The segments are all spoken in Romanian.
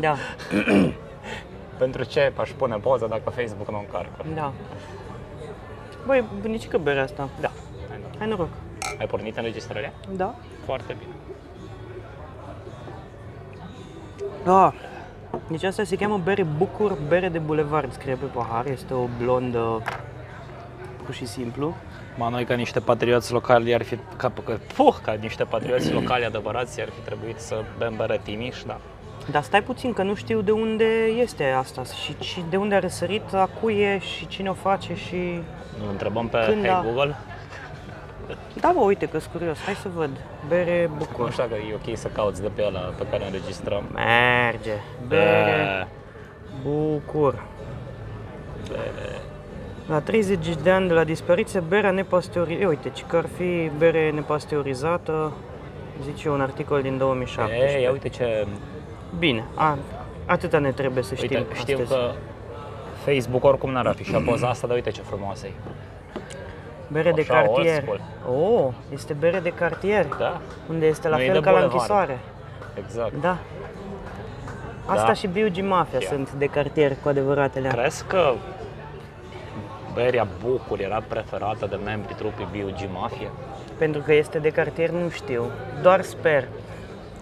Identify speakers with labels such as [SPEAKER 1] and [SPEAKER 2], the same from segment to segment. [SPEAKER 1] Da,
[SPEAKER 2] pricep, aș pune poză dacă Facebook nu încarcă.
[SPEAKER 1] Da. Băi, bunicică bere asta.
[SPEAKER 2] Da. Hai, da.
[SPEAKER 1] Hai noroc.
[SPEAKER 2] Ai pornit înregistrarea?
[SPEAKER 1] Da?
[SPEAKER 2] Foarte bine.
[SPEAKER 1] Da. Deci asta se cheamă bere Bucur, bere de bulevard, scrie pe pahar. Este o blondă, pur și simplu.
[SPEAKER 2] Ma noi ca niște patrioți locali ar fi, ca, ca, puh, ca niște patrioți locali adevărați ar fi trebuit să bem bere Timiș, da.
[SPEAKER 1] Dar stai puțin că nu știu de unde este asta și ci- de unde a răsărit, a cui e și cine o face și...
[SPEAKER 2] Nu întrebăm pe
[SPEAKER 1] Când
[SPEAKER 2] Hey
[SPEAKER 1] a-
[SPEAKER 2] Google.
[SPEAKER 1] Da, bă, uite că sunt curios. Hai să văd. Bere
[SPEAKER 2] Nu
[SPEAKER 1] Bucur.
[SPEAKER 2] știu dacă e ok să cauți de pe ăla pe care înregistrăm.
[SPEAKER 1] Merge.
[SPEAKER 2] Da.
[SPEAKER 1] Bere Bucur.
[SPEAKER 2] Bere.
[SPEAKER 1] La 30 de ani de la dispariție, berea nepasteurizată, uite, ci că ar fi bere nepasteurizată, zice un articol din 2017.
[SPEAKER 2] Ei, Da. ia uite ce...
[SPEAKER 1] Bine, a, atâta ne trebuie să știm
[SPEAKER 2] Uite, știu
[SPEAKER 1] astăzi.
[SPEAKER 2] că Facebook oricum n-ar afișa poza asta, dar uite ce frumoasă e.
[SPEAKER 1] Bere de
[SPEAKER 2] Așa,
[SPEAKER 1] cartier.
[SPEAKER 2] old
[SPEAKER 1] Oh, este bere de cartier,
[SPEAKER 2] Da,
[SPEAKER 1] unde este la
[SPEAKER 2] Nu e
[SPEAKER 1] fel
[SPEAKER 2] de
[SPEAKER 1] ca la
[SPEAKER 2] bulevard.
[SPEAKER 1] închisoare.
[SPEAKER 2] exact.
[SPEAKER 1] Da. Asta
[SPEAKER 2] Da.
[SPEAKER 1] și Biugi Mafia
[SPEAKER 2] Ia.
[SPEAKER 1] sunt de cartier cu adevăratele.
[SPEAKER 2] Crezi că beria Bucur era preferată de membrii trupii B.U.G. Mafia?
[SPEAKER 1] Mm. Pentru că este de cartier, nu știu. Doar sper.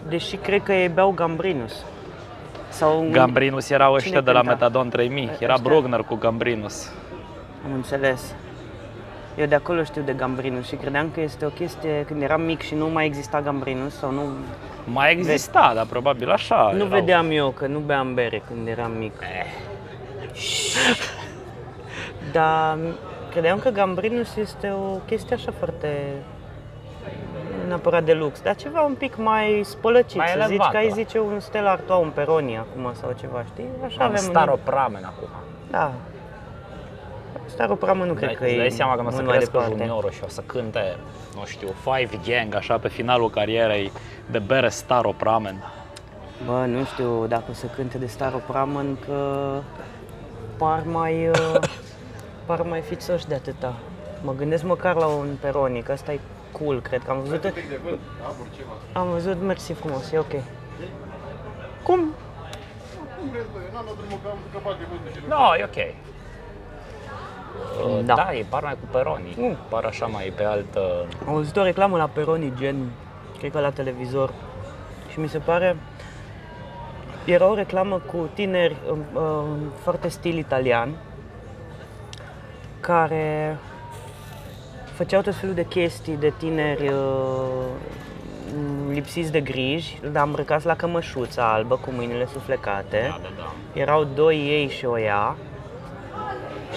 [SPEAKER 1] Deși cred că ei beau Gambrinus. Sau un-
[SPEAKER 2] Gambrinus erau
[SPEAKER 1] Cine
[SPEAKER 2] ăștia de la
[SPEAKER 1] cânta?
[SPEAKER 2] Metadon 3000, era
[SPEAKER 1] Ăștia?
[SPEAKER 2] Brugner cu Gambrinus.
[SPEAKER 1] Am înțeles. Eu de acolo știu de Gambrinus și credeam că este o chestie, când eram mic și nu mai exista Gambrinus sau nu,
[SPEAKER 2] Mai exista, dar probabil așa
[SPEAKER 1] nu
[SPEAKER 2] erau.
[SPEAKER 1] vedeam eu că nu beam bere când eram mic.
[SPEAKER 2] Eh.
[SPEAKER 1] Dar credeam că Gambrinus este o chestie așa foarte nu neapărat de lux, dar ceva un pic mai spălăcit,
[SPEAKER 2] Mai
[SPEAKER 1] să zici
[SPEAKER 2] elevat,
[SPEAKER 1] că ai
[SPEAKER 2] da.
[SPEAKER 1] zice un Stella Artois, un Peroni acum sau ceva, știi? Așa
[SPEAKER 2] Am
[SPEAKER 1] avem
[SPEAKER 2] Staro
[SPEAKER 1] În...
[SPEAKER 2] Pramen acum.
[SPEAKER 1] Da. Staropramă nu cred
[SPEAKER 2] Dai-
[SPEAKER 1] că
[SPEAKER 2] îți
[SPEAKER 1] e
[SPEAKER 2] dai seama că nu o să
[SPEAKER 1] mult mai
[SPEAKER 2] crească
[SPEAKER 1] departe.
[SPEAKER 2] juniorul și o să cânte, nu știu, Five Gang, așa, pe finalul carierei de bere Staro Pramen.
[SPEAKER 1] Bă, nu știu dacă o să cânte de Staru Pramen, că par mai, uh, par mai fițoși de atâta. Mă gândesc măcar la un peronic, asta e cool, cred că am văzut... Am văzut, mersi frumos, e ok. Cum?
[SPEAKER 2] No, e ok. Uh,
[SPEAKER 1] Da.
[SPEAKER 2] Da, e par mai cu peroni.
[SPEAKER 1] Mm.
[SPEAKER 2] Par așa mai pe altă...
[SPEAKER 1] Am văzut o reclamă la Peroni, gen, cred că la televizor. Și mi se pare... Era o reclamă cu tineri um, um, foarte stil italian, care făceau tot felul de chestii de tineri uh, lipsiți de griji, dar îmbrăcați la cămășuța albă cu mâinile suflecate.
[SPEAKER 2] Da, da, da.
[SPEAKER 1] Erau doi ei și o ea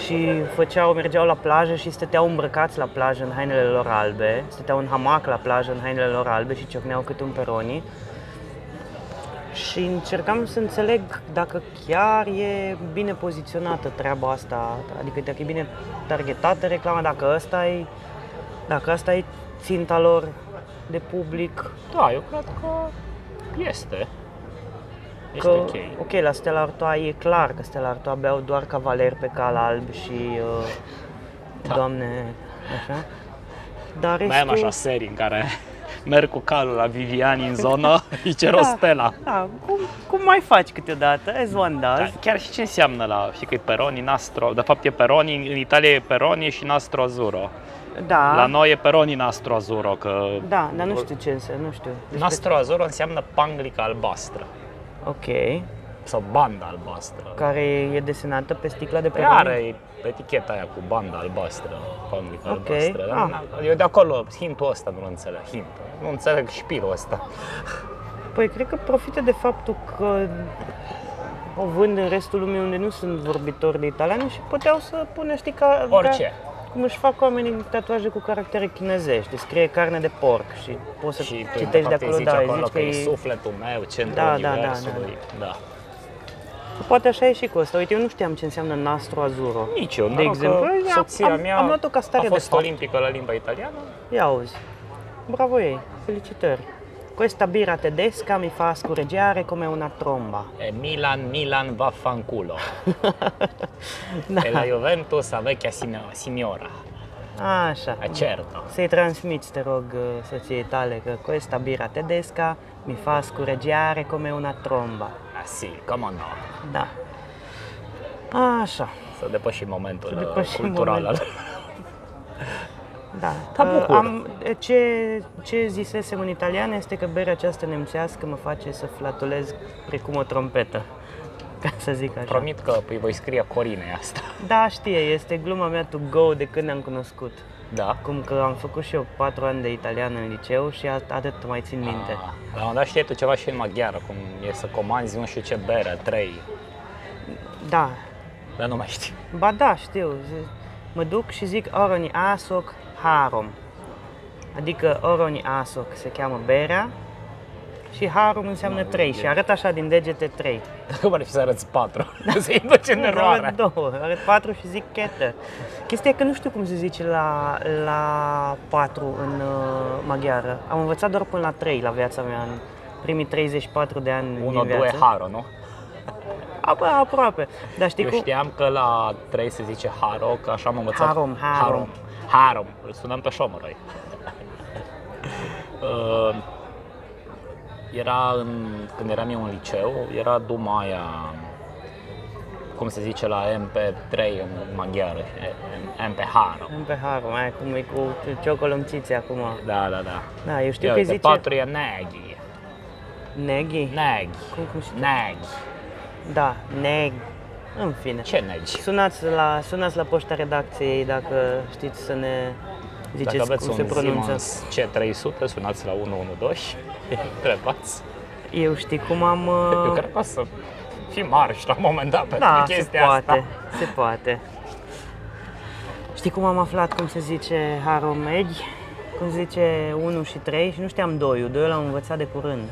[SPEAKER 1] și făceau, mergeau la plajă și stăteau îmbrăcați la plajă în hainele lor albe, stăteau în hamac la plajă în hainele lor albe și ciocneau câte un peroni. Și încercam să înțeleg dacă chiar e bine poziționată treaba asta, adică dacă e bine targetată reclama, dacă asta e, dacă asta e ținta lor de public,
[SPEAKER 2] Da, eu cred că este. Este
[SPEAKER 1] că,
[SPEAKER 2] ok.
[SPEAKER 1] ok, la Stella Artois e clar că Stella Artois beau doar cavaleri pe cal alb și uh,
[SPEAKER 2] Da.
[SPEAKER 1] doamne, așa. Dar restul...
[SPEAKER 2] Mai am așa serii în care merg cu calul la Viviani în zonă, îi cer o
[SPEAKER 1] Da.
[SPEAKER 2] stela.
[SPEAKER 1] Da, cum, cum mai faci câteodată, as one does.
[SPEAKER 2] Da, chiar și ce înseamnă la, știi că e Peroni, Nastro, de fapt e Peroni, în Italia e Peroni și Nastro Azzurro.
[SPEAKER 1] Da,
[SPEAKER 2] La noi e Peroni Nastro Azzurro, că...
[SPEAKER 1] da, dar nu știu ce înseamnă, nu știu. Despre-
[SPEAKER 2] Nastro Azzurro înseamnă panglica albastră
[SPEAKER 1] Ok,
[SPEAKER 2] sau banda albastră.
[SPEAKER 1] care e desenată pe sticla de pe
[SPEAKER 2] Care e Păi eticheta aia cu banda albastră, panglica
[SPEAKER 1] Ok.
[SPEAKER 2] albastră. Dar
[SPEAKER 1] Ah.
[SPEAKER 2] n- Eu de acolo, hintul ăsta nu înțeleg, hint. Nu înțeleg șpirul ăsta.
[SPEAKER 1] Păi cred că profită de faptul că o vând în restul lumii unde nu sunt vorbitori de italiană și puteau să pună, știi, ca,
[SPEAKER 2] Orice.
[SPEAKER 1] ca cum își fac oamenii tatuaje cu caractere chinezești, deci scrie carne de porc și poți să
[SPEAKER 2] Și tu
[SPEAKER 1] citești de
[SPEAKER 2] de
[SPEAKER 1] acolo,
[SPEAKER 2] zici
[SPEAKER 1] da,
[SPEAKER 2] acolo
[SPEAKER 1] zici
[SPEAKER 2] că e sufletul meu, centrul
[SPEAKER 1] Da, da, da,
[SPEAKER 2] universului. Da, da, da.
[SPEAKER 1] Poate așa e și cu asta. Uite, eu nu știam ce înseamnă nastro azuro.
[SPEAKER 2] Nici eu,
[SPEAKER 1] De exemplu, am-
[SPEAKER 2] soția
[SPEAKER 1] am-
[SPEAKER 2] mea
[SPEAKER 1] am luat-o ca stare
[SPEAKER 2] a
[SPEAKER 1] de
[SPEAKER 2] fost
[SPEAKER 1] fapt.
[SPEAKER 2] olimpică la limba italiană.
[SPEAKER 1] Ia auzi. Bravo ei, felicitări. Questa birra tedesca mi fa scureggiare come una tromba.
[SPEAKER 2] E Milan, Milan, vaffanculo.
[SPEAKER 1] Da.
[SPEAKER 2] E la Juventus, a vecchia sino- signora.
[SPEAKER 1] Așa.
[SPEAKER 2] E certo.
[SPEAKER 1] Să-i transmiți, te rog, uh, soției tale că questa bira tedesca mi fa scureggiare come una tromba.
[SPEAKER 2] Ah sì, come no.
[SPEAKER 1] Da. Așa,
[SPEAKER 2] Să depășim momentul
[SPEAKER 1] Să
[SPEAKER 2] uh,
[SPEAKER 1] depășim
[SPEAKER 2] cultural.
[SPEAKER 1] momentul.
[SPEAKER 2] al-
[SPEAKER 1] da.
[SPEAKER 2] Dar
[SPEAKER 1] Uh,
[SPEAKER 2] bucur.
[SPEAKER 1] Am, ce, ce zisesem în italian este că berea aceasta nemțească mă face să flatulez precum o trompetă, ca să zic așa.
[SPEAKER 2] Promit că îi voi scrie Corinei asta.
[SPEAKER 1] Da, știe, este gluma mea to go de când ne-am cunoscut.
[SPEAKER 2] Da.
[SPEAKER 1] Cum că am făcut și eu patru ani de italiană în liceu și at- atât mai țin minte.
[SPEAKER 2] Ah, la un moment dat știi tu ceva și în maghiară, cum e să comanzi nu știu ce bere, trei,
[SPEAKER 1] Da,
[SPEAKER 2] dar nu mai știu.
[SPEAKER 1] ba da, știu. zi- Mă duc și zic oroni asoc harom. Adică oroni asoc se cheamă berea și harom înseamnă
[SPEAKER 2] Mamă,
[SPEAKER 1] trei
[SPEAKER 2] de-
[SPEAKER 1] și arăt așa din degete trei.
[SPEAKER 2] Dacă ar fi să arăți patru,
[SPEAKER 1] Da.
[SPEAKER 2] să-i duci în eroare.
[SPEAKER 1] Arăt două, arăt patru și zic chetă. Chestia e că nu știu cum se zice la, la patru în uh, maghiară. Am învățat doar până la trei la viața mea, în primii 34 de ani
[SPEAKER 2] Uno,
[SPEAKER 1] din
[SPEAKER 2] due,
[SPEAKER 1] viață.
[SPEAKER 2] haro, nu?
[SPEAKER 1] A, bă, aproape. Dar știi
[SPEAKER 2] Eu
[SPEAKER 1] cum?
[SPEAKER 2] știam că la trei se zice haro, că așa am învățat.
[SPEAKER 1] Harom, harom.
[SPEAKER 2] Harom. harom. Îl sunam pe șomărăi. Uh, era în, când eram eu în liceu, era duma aia, cum se zice la MP3 în maghiară, MP Haro.
[SPEAKER 1] În pe harum, aia cum e cu ciocolămțițe acum.
[SPEAKER 2] Da, da, da.
[SPEAKER 1] Da, eu știu
[SPEAKER 2] Eu
[SPEAKER 1] că
[SPEAKER 2] de
[SPEAKER 1] îi zice...
[SPEAKER 2] patru e neghi.
[SPEAKER 1] Neghi? Da,
[SPEAKER 2] Neghi.
[SPEAKER 1] Cum, cum se...
[SPEAKER 2] Neghi.
[SPEAKER 1] Da, neg. În fine.
[SPEAKER 2] Ce neghi?
[SPEAKER 1] Sunați la, sunați la poșta redacției dacă știți să ne ziceți
[SPEAKER 2] Dacă aveți
[SPEAKER 1] cum se
[SPEAKER 2] un
[SPEAKER 1] pronunță.
[SPEAKER 2] Siemens C300, sunați la 112, întrebați.
[SPEAKER 1] Eu știi cum am...
[SPEAKER 2] Eu
[SPEAKER 1] uh,
[SPEAKER 2] cred că o să fii marș la un moment dat pentru
[SPEAKER 1] Da, se
[SPEAKER 2] chestia
[SPEAKER 1] poate,
[SPEAKER 2] asta.
[SPEAKER 1] se poate. Știi cum am aflat cum se zice haromegi? Cum se zice 1 și 3 și nu știam 2 Doiul l-am învățat de curând.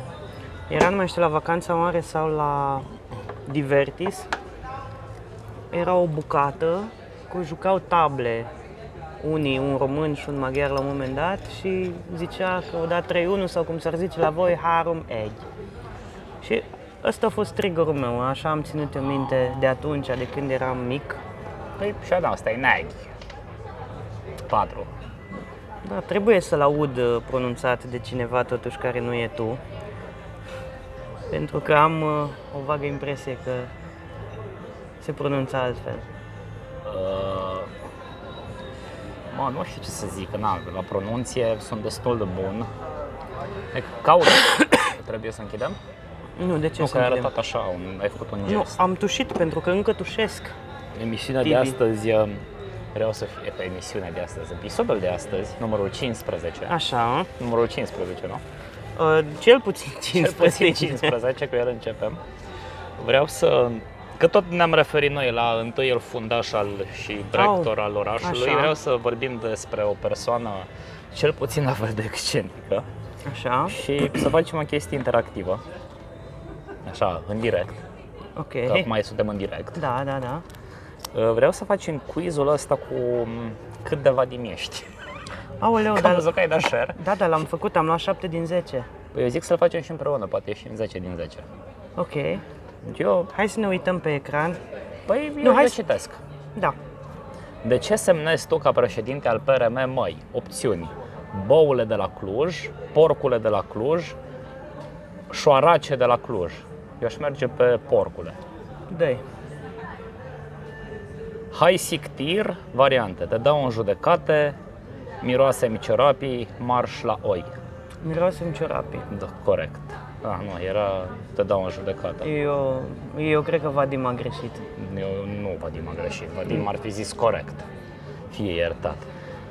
[SPEAKER 1] Era, nu mai știu, la vacanța mare sau la Divertis. Era o bucată cu jucau table unii, un român și un maghiar la un moment dat și zicea că o dat 3-1 sau cum s-ar zice la voi, harum egg. Și ăsta a fost triggerul meu, așa am ținut eu minte de atunci, de când eram mic.
[SPEAKER 2] Păi și da, asta e neghi. 4.
[SPEAKER 1] Da, trebuie să-l aud uh, pronunțat de cineva totuși care nu e tu. Pentru că am uh, o vagă impresie că se pronunță altfel.
[SPEAKER 2] Uh, mă, nu știu ce să zic, na, la pronunție sunt destul de bun. E, Caut. Trebuie să închidem?
[SPEAKER 1] Nu, de ce
[SPEAKER 2] Nu,
[SPEAKER 1] să
[SPEAKER 2] că ai
[SPEAKER 1] închidem?
[SPEAKER 2] arătat așa, un, ai făcut un
[SPEAKER 1] Nu,
[SPEAKER 2] gest.
[SPEAKER 1] am tușit pentru că încă tușesc.
[SPEAKER 2] Emisiunea
[SPEAKER 1] Tibi.
[SPEAKER 2] de astăzi um, vreau să fie pe emisiunea de astăzi, episodul de astăzi, numărul 15.
[SPEAKER 1] Așa,
[SPEAKER 2] Numărul 15, nu?
[SPEAKER 1] uh, cel puțin
[SPEAKER 2] Cel puțin
[SPEAKER 1] 15.
[SPEAKER 2] 15, cu el începem. Vreau să Că tot ne-am referit noi la întâi el fundaș al, și rector al orașului,
[SPEAKER 1] așa.
[SPEAKER 2] vreau să vorbim despre o persoană cel puțin la fel de excentrică
[SPEAKER 1] Așa,
[SPEAKER 2] și să facem o chestie interactivă, așa, în direct,
[SPEAKER 1] ok.
[SPEAKER 2] că acum suntem în direct. Uh,
[SPEAKER 1] Da, da, da.
[SPEAKER 2] Vreau să facem quizul ăsta cu m, cât de vadimiești.
[SPEAKER 1] Aoleu,
[SPEAKER 2] Că am
[SPEAKER 1] dar
[SPEAKER 2] văzut că ai dat share.
[SPEAKER 1] Da, da, l-am făcut, am luat 7 din 10.
[SPEAKER 2] Păi eu zic să-l facem și împreună, poate și în 10 din 10.
[SPEAKER 1] Ok.
[SPEAKER 2] Eu,
[SPEAKER 1] Hai să ne uităm pe ecran.
[SPEAKER 2] păi eu,
[SPEAKER 1] Nu,
[SPEAKER 2] nu,
[SPEAKER 1] hai
[SPEAKER 2] hai
[SPEAKER 1] să-
[SPEAKER 2] citesc.
[SPEAKER 1] Da.
[SPEAKER 2] De ce semnezi tu ca președinte al PRM măi? Opțiuni. Boule de la Cluj, porcule de la Cluj, șoarace de la Cluj. Eu aș merge pe porcule.
[SPEAKER 1] dă
[SPEAKER 2] Hai sictir, variante. Te dau în judecate, miroase micerapii, marș la oi.
[SPEAKER 1] Miroase-mi ciorapii.
[SPEAKER 2] Da, corect. Da, nu, era te dau în judecată.
[SPEAKER 1] Eu, eu cred că Vadim a greșit.
[SPEAKER 2] Eu nu, Vadim a greșit. Vadim ar fi zis corect. Fie iertat.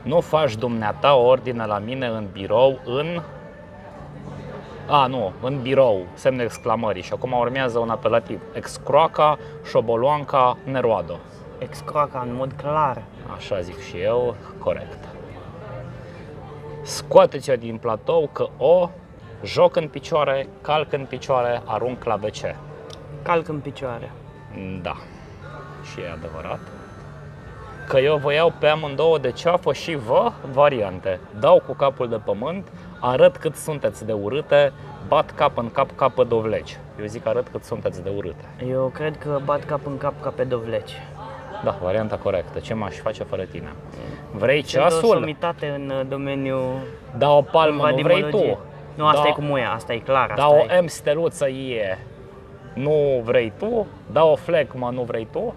[SPEAKER 2] Nu faci dumneata ordine la mine în birou în... A, nu, în birou, semne exclamării. Și acum urmează un apelativ. Excroaca, șoboloanca, neroado.
[SPEAKER 1] Excroaca în mod clar.
[SPEAKER 2] Așa zic și eu, corect. Scoate-ți-o din platou că o joc în picioare, calc în picioare, arunc la WC.
[SPEAKER 1] Calc în picioare.
[SPEAKER 2] Da, și e adevărat. Că eu vă iau pe amândouă de ceafă și vă variante. Dau cu capul de pământ, arăt cât sunteți de urâte, bat cap în cap ca pe dovleci. Eu zic arăt cât sunteți de urâte.
[SPEAKER 1] Eu cred că bat cap în cap ca pe dovleci. Sunt
[SPEAKER 2] Da, varianta corectă. Ce m-aș face fără tine? Vrei
[SPEAKER 1] o
[SPEAKER 2] ceasul?
[SPEAKER 1] somitate în uh, domeniul
[SPEAKER 2] Da o palmă, nu vrei
[SPEAKER 1] vadimologiei.
[SPEAKER 2] tu.
[SPEAKER 1] Nu, asta
[SPEAKER 2] Da-
[SPEAKER 1] e cu muia, asta e clar.
[SPEAKER 2] Da
[SPEAKER 1] asta
[SPEAKER 2] o
[SPEAKER 1] e.
[SPEAKER 2] M steluță e. Nu vrei tu? Da o flecmă, nu vrei tu?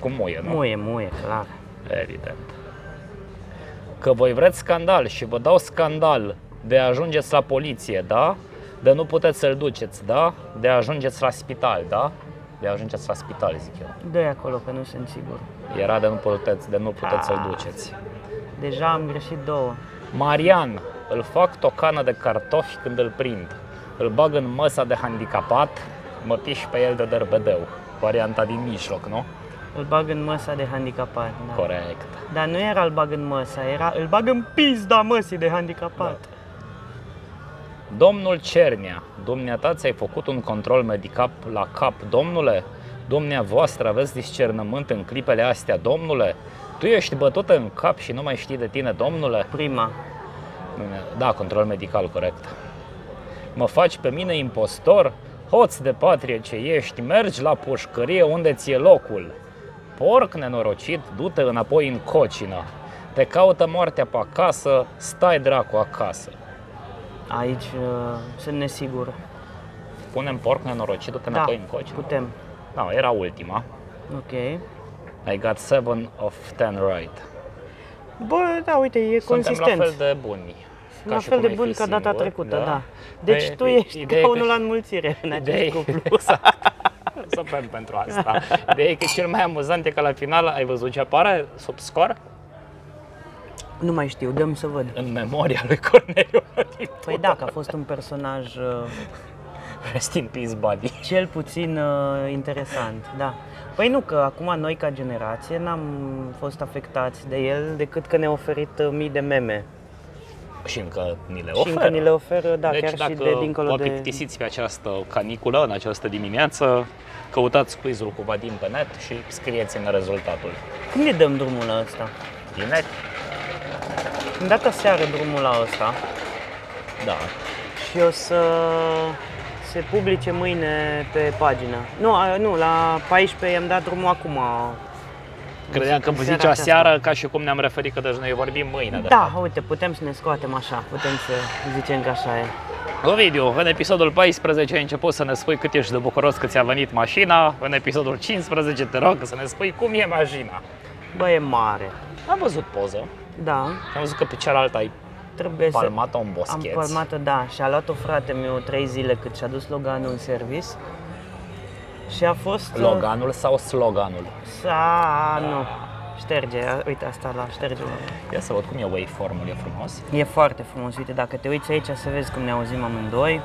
[SPEAKER 2] cu muie, nu?
[SPEAKER 1] Muie, muie, clar.
[SPEAKER 2] Evident. Că voi vreți scandal și vă dau scandal de ajungeți la poliție, da? De nu puteți să-l duceți, da? De ajungeți la spital, da? De ajungeți la spital, zic eu.
[SPEAKER 1] dă acolo că nu sunt sigur.
[SPEAKER 2] Era de nu puteți, de nu puteți să-l
[SPEAKER 1] Ah.
[SPEAKER 2] duceți.
[SPEAKER 1] Deja am greșit două.
[SPEAKER 2] Marian, îl fac tocană de cartofi când îl prind. Îl bag în măsa de handicapat, mă piș pe el de derbedeu. Varianta din mijloc, nu?
[SPEAKER 1] Îl bag în măsa de handicapat. Da.
[SPEAKER 2] Corect.
[SPEAKER 1] Dar nu era îl bag în măsa, era îl bag în pizda măsii de handicapat. Da.
[SPEAKER 2] Domnul Cernea, dumneata ți-ai făcut un control medical la cap, domnule? Dumneavoastră aveți discernământ în clipele astea, domnule? Tu ești bătută în cap și nu mai știi de tine, domnule?
[SPEAKER 1] Prima.
[SPEAKER 2] Da, control medical, corect. Mă faci pe mine impostor? Hoț de patrie ce ești, mergi la pușcărie unde ți-e locul. Porc nenorocit, du-te înapoi în cocină. Te caută moartea pe acasă, stai dracu acasă.
[SPEAKER 1] Aici uh, sunt nesigur.
[SPEAKER 2] Punem porc nenorocit,
[SPEAKER 1] Da.
[SPEAKER 2] du-te înapoi în cocină.
[SPEAKER 1] putem.
[SPEAKER 2] Da, era ultima.
[SPEAKER 1] Ok.
[SPEAKER 2] I got 7 of 10 right.
[SPEAKER 1] Bă, da, uite, e consistent.
[SPEAKER 2] Suntem la fel de buni.
[SPEAKER 1] La
[SPEAKER 2] și
[SPEAKER 1] fel
[SPEAKER 2] cum
[SPEAKER 1] de
[SPEAKER 2] ai
[SPEAKER 1] bun
[SPEAKER 2] fi
[SPEAKER 1] ca data
[SPEAKER 2] singur,
[SPEAKER 1] trecută, da.
[SPEAKER 2] Păi,
[SPEAKER 1] Deci tu
[SPEAKER 2] păi,
[SPEAKER 1] ești
[SPEAKER 2] ideea e
[SPEAKER 1] ca
[SPEAKER 2] că-
[SPEAKER 1] unul la înmulțire în
[SPEAKER 2] Ideea e-
[SPEAKER 1] acest cuplu.
[SPEAKER 2] Exact. Suntem pentru asta. Ideea e că cel mai amuzant e că la final ai văzut ce apare sub scor
[SPEAKER 1] Nu mai știu, dăm să văd.
[SPEAKER 2] în memoria lui Corneliu.
[SPEAKER 1] Păi da, că a fost un personaj uh,
[SPEAKER 2] Rest in peace, buddy.
[SPEAKER 1] cel puțin uh, interesant, da. Păi nu, că acum noi ca generație n-am fost afectați de el decât că ne-a oferit uh, mii de meme.
[SPEAKER 2] Și încă ni le
[SPEAKER 1] Și
[SPEAKER 2] oferă.
[SPEAKER 1] încă ni le oferă, da,
[SPEAKER 2] deci
[SPEAKER 1] chiar
[SPEAKER 2] dacă
[SPEAKER 1] și de dincolo
[SPEAKER 2] vă
[SPEAKER 1] de...
[SPEAKER 2] plictisiți pe această caniculă, în această dimineață, căutați quizul cu Vadim pe net și scrieți-ne rezultatul.
[SPEAKER 1] Când ne dăm drumul la ăsta?
[SPEAKER 2] Bine?
[SPEAKER 1] Îmi data seară drumul la ăsta
[SPEAKER 2] Da.
[SPEAKER 1] și o să se publice mâine pe pagina. Nu, a, nu, la 14 i-am dat drumul acum.
[SPEAKER 2] Credeam că
[SPEAKER 1] Seara
[SPEAKER 2] zicea
[SPEAKER 1] aceasta.
[SPEAKER 2] seară, ca și cum ne-am referit că deci noi vorbim mâine. de
[SPEAKER 1] Da, uite, putem să ne scoatem așa, putem să zicem că așa e.
[SPEAKER 2] Ovidiu, în episodul 14 ai început să ne spui cât ești de bucuros că ți-a venit mașina, în episodul 15 te rog să ne spui cum e mașina.
[SPEAKER 1] Bă, e mare.
[SPEAKER 2] Am văzut poză
[SPEAKER 1] Da,
[SPEAKER 2] și am văzut că pe cealaltă ai
[SPEAKER 1] trebuie să...
[SPEAKER 2] palmat-o în
[SPEAKER 1] Am
[SPEAKER 2] boscheț.
[SPEAKER 1] palmat-o, da, și a luat-o frate meu trei zile cât și-a dus Loganul în service. Și a fost... uh,
[SPEAKER 2] Loganul sau sloganul?
[SPEAKER 1] Sa, nu. Șterge, uite asta la șterge.
[SPEAKER 2] Ia să văd cum e waveform-ul, e frumos?
[SPEAKER 1] E foarte frumos, uite, dacă te uiți aici să vezi cum ne auzim amândoi.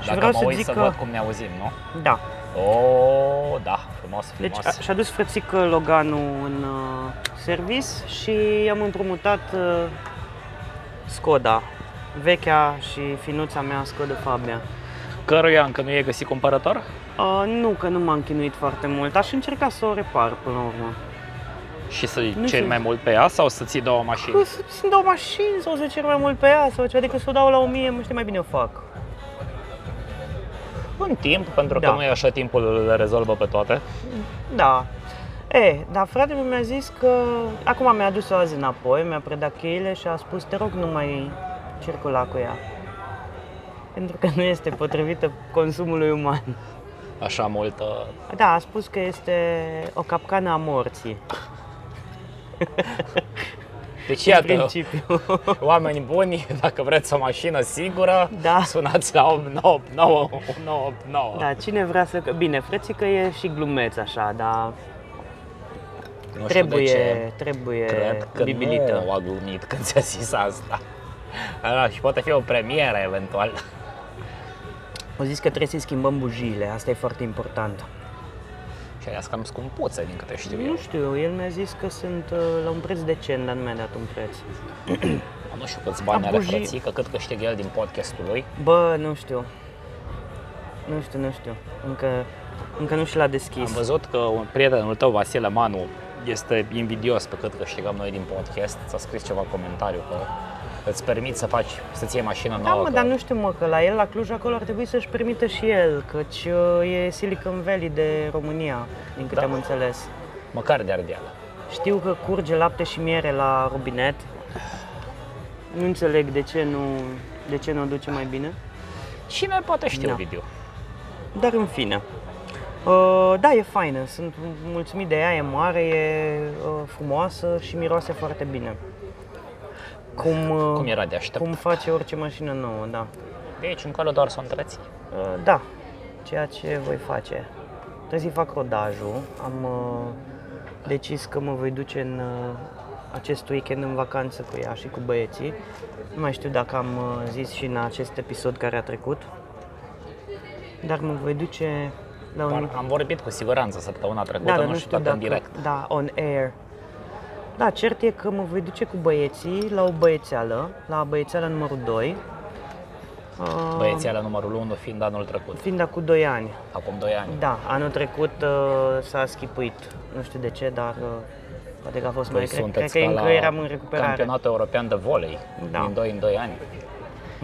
[SPEAKER 1] Și
[SPEAKER 2] Dacă
[SPEAKER 1] vreau
[SPEAKER 2] mă
[SPEAKER 1] să
[SPEAKER 2] uit
[SPEAKER 1] zic
[SPEAKER 2] să
[SPEAKER 1] că-
[SPEAKER 2] văd cum ne auzim, nu?
[SPEAKER 1] Da.
[SPEAKER 2] O, da, frumos,
[SPEAKER 1] Deci
[SPEAKER 2] frumos.
[SPEAKER 1] a, și-a dus frățică Loganul în uh, service și am împrumutat uh, Skoda, vechea și finuța mea Skoda Fabia.
[SPEAKER 2] Căruia încă nu e găsit cumpărător?
[SPEAKER 1] Uh, nu, că nu m-am chinuit foarte mult, aș încerca să o repar până la urmă.
[SPEAKER 2] Și să
[SPEAKER 1] Nu
[SPEAKER 2] ceri
[SPEAKER 1] știu.
[SPEAKER 2] mai mult pe ea sau să ții două mașini?
[SPEAKER 1] Că să- Să-mi dau mașini sau să cer mai mult pe ea sau ceva, adică să o dau la 1000, mă știi, mai bine o fac.
[SPEAKER 2] În timp, pentru că
[SPEAKER 1] Da.
[SPEAKER 2] nu e așa timpul le rezolvă pe toate.
[SPEAKER 1] Da. E, dar fratele meu mi-a zis că... Acum mi-a adus-o azi înapoi, mi-a predat cheile și a spus, te rog, nu mai circula cu ea. Pentru că nu este potrivită consumului uman.
[SPEAKER 2] Așa uh, multă
[SPEAKER 1] Da, a spus că este o capcană a morții,
[SPEAKER 2] Deci
[SPEAKER 1] în
[SPEAKER 2] iată,
[SPEAKER 1] principiu.
[SPEAKER 2] oameni buni, dacă vreți o mașină sigură,
[SPEAKER 1] Da.
[SPEAKER 2] sunați la 8989.
[SPEAKER 1] Da, cine vrea să... Bine, frățică e și glumeț așa, dar
[SPEAKER 2] Nu știu de ce,
[SPEAKER 1] trebuie, trebuie
[SPEAKER 2] cred că
[SPEAKER 1] bibilită.
[SPEAKER 2] nu a glumit când ți-a zis asta. Da, și poate fi o premieră eventual.
[SPEAKER 1] Au zis că trebuie să-i schimbăm bujiile, asta e foarte important.
[SPEAKER 2] Și alea sunt cam scumpuțe din câte știu eu.
[SPEAKER 1] Nu știu, el mi-a zis că sunt uh, la un preț decent, dar nu mi-a dat un preț.
[SPEAKER 2] Nu știu câți bani are
[SPEAKER 1] Abuji-
[SPEAKER 2] frățică, cât câștigă el din podcastul lui.
[SPEAKER 1] Bă, nu știu. Nu știu, nu știu. Încă, încă nu și l-a
[SPEAKER 2] Am
[SPEAKER 1] deschis.
[SPEAKER 2] văzut că un prietenul tău, Vasile Manu, este invidios pe cât câștigăm noi din podcast. Ți-a scris ceva în comentariu că îți permit să faci, să-ți iei mașină
[SPEAKER 1] Da,
[SPEAKER 2] nouă.
[SPEAKER 1] mă,
[SPEAKER 2] că-
[SPEAKER 1] dar nu știu, mă, că la el, la Cluj, acolo ar trebui să-și permită și el, căci uh, e Silicon Valley de România, din câte
[SPEAKER 2] Da.
[SPEAKER 1] am înțeles.
[SPEAKER 2] Măcar de ardeală.
[SPEAKER 1] Știu că curge lapte și miere la robinet. Nu înțeleg de ce nu, de ce nu o duce mai bine,
[SPEAKER 2] Cine poate știe
[SPEAKER 1] Da.
[SPEAKER 2] da. video?
[SPEAKER 1] dar în fine. Uh, da, e faină, sunt mulțumit de ea, e mare, e uh, frumoasă și miroase foarte bine. Cum, uh,
[SPEAKER 2] Cum era de așteptat.
[SPEAKER 1] cum face orice mașină nouă, da.
[SPEAKER 2] Deci încolo doar să o întreții.
[SPEAKER 1] Uh, Da, ceea ce voi face. Trebuie să-i fac rodajul. Am uh, decis că mă voi duce în uh, acest weekend în vacanță cu ea și cu băieții. Nu mai știu dacă am uh, zis și în acest episod care a trecut, dar mă voi duce la un...
[SPEAKER 2] Am vorbit cu siguranță săptămâna trecută,
[SPEAKER 1] Mm. Da, dar
[SPEAKER 2] nu știu dacă în direct.
[SPEAKER 1] Da, on air. Da, cert e că mă voi duce cu băieții la o băiețeală, la băiețeala numărul 2. Uh,
[SPEAKER 2] Băieții la numărul 1 fiind anul trecut,
[SPEAKER 1] Fiind acum 2 ani.
[SPEAKER 2] acum 2 ani.
[SPEAKER 1] Da, anul trecut uh, s-a schipuit, nu știu de ce, dar uh, poate că a fost mai...
[SPEAKER 2] Voi
[SPEAKER 1] Cred, cred
[SPEAKER 2] sunteți
[SPEAKER 1] că
[SPEAKER 2] ca
[SPEAKER 1] încă
[SPEAKER 2] la
[SPEAKER 1] eram în recuperare.
[SPEAKER 2] campionatul european de volei
[SPEAKER 1] Da.
[SPEAKER 2] din 2 în 2 ani.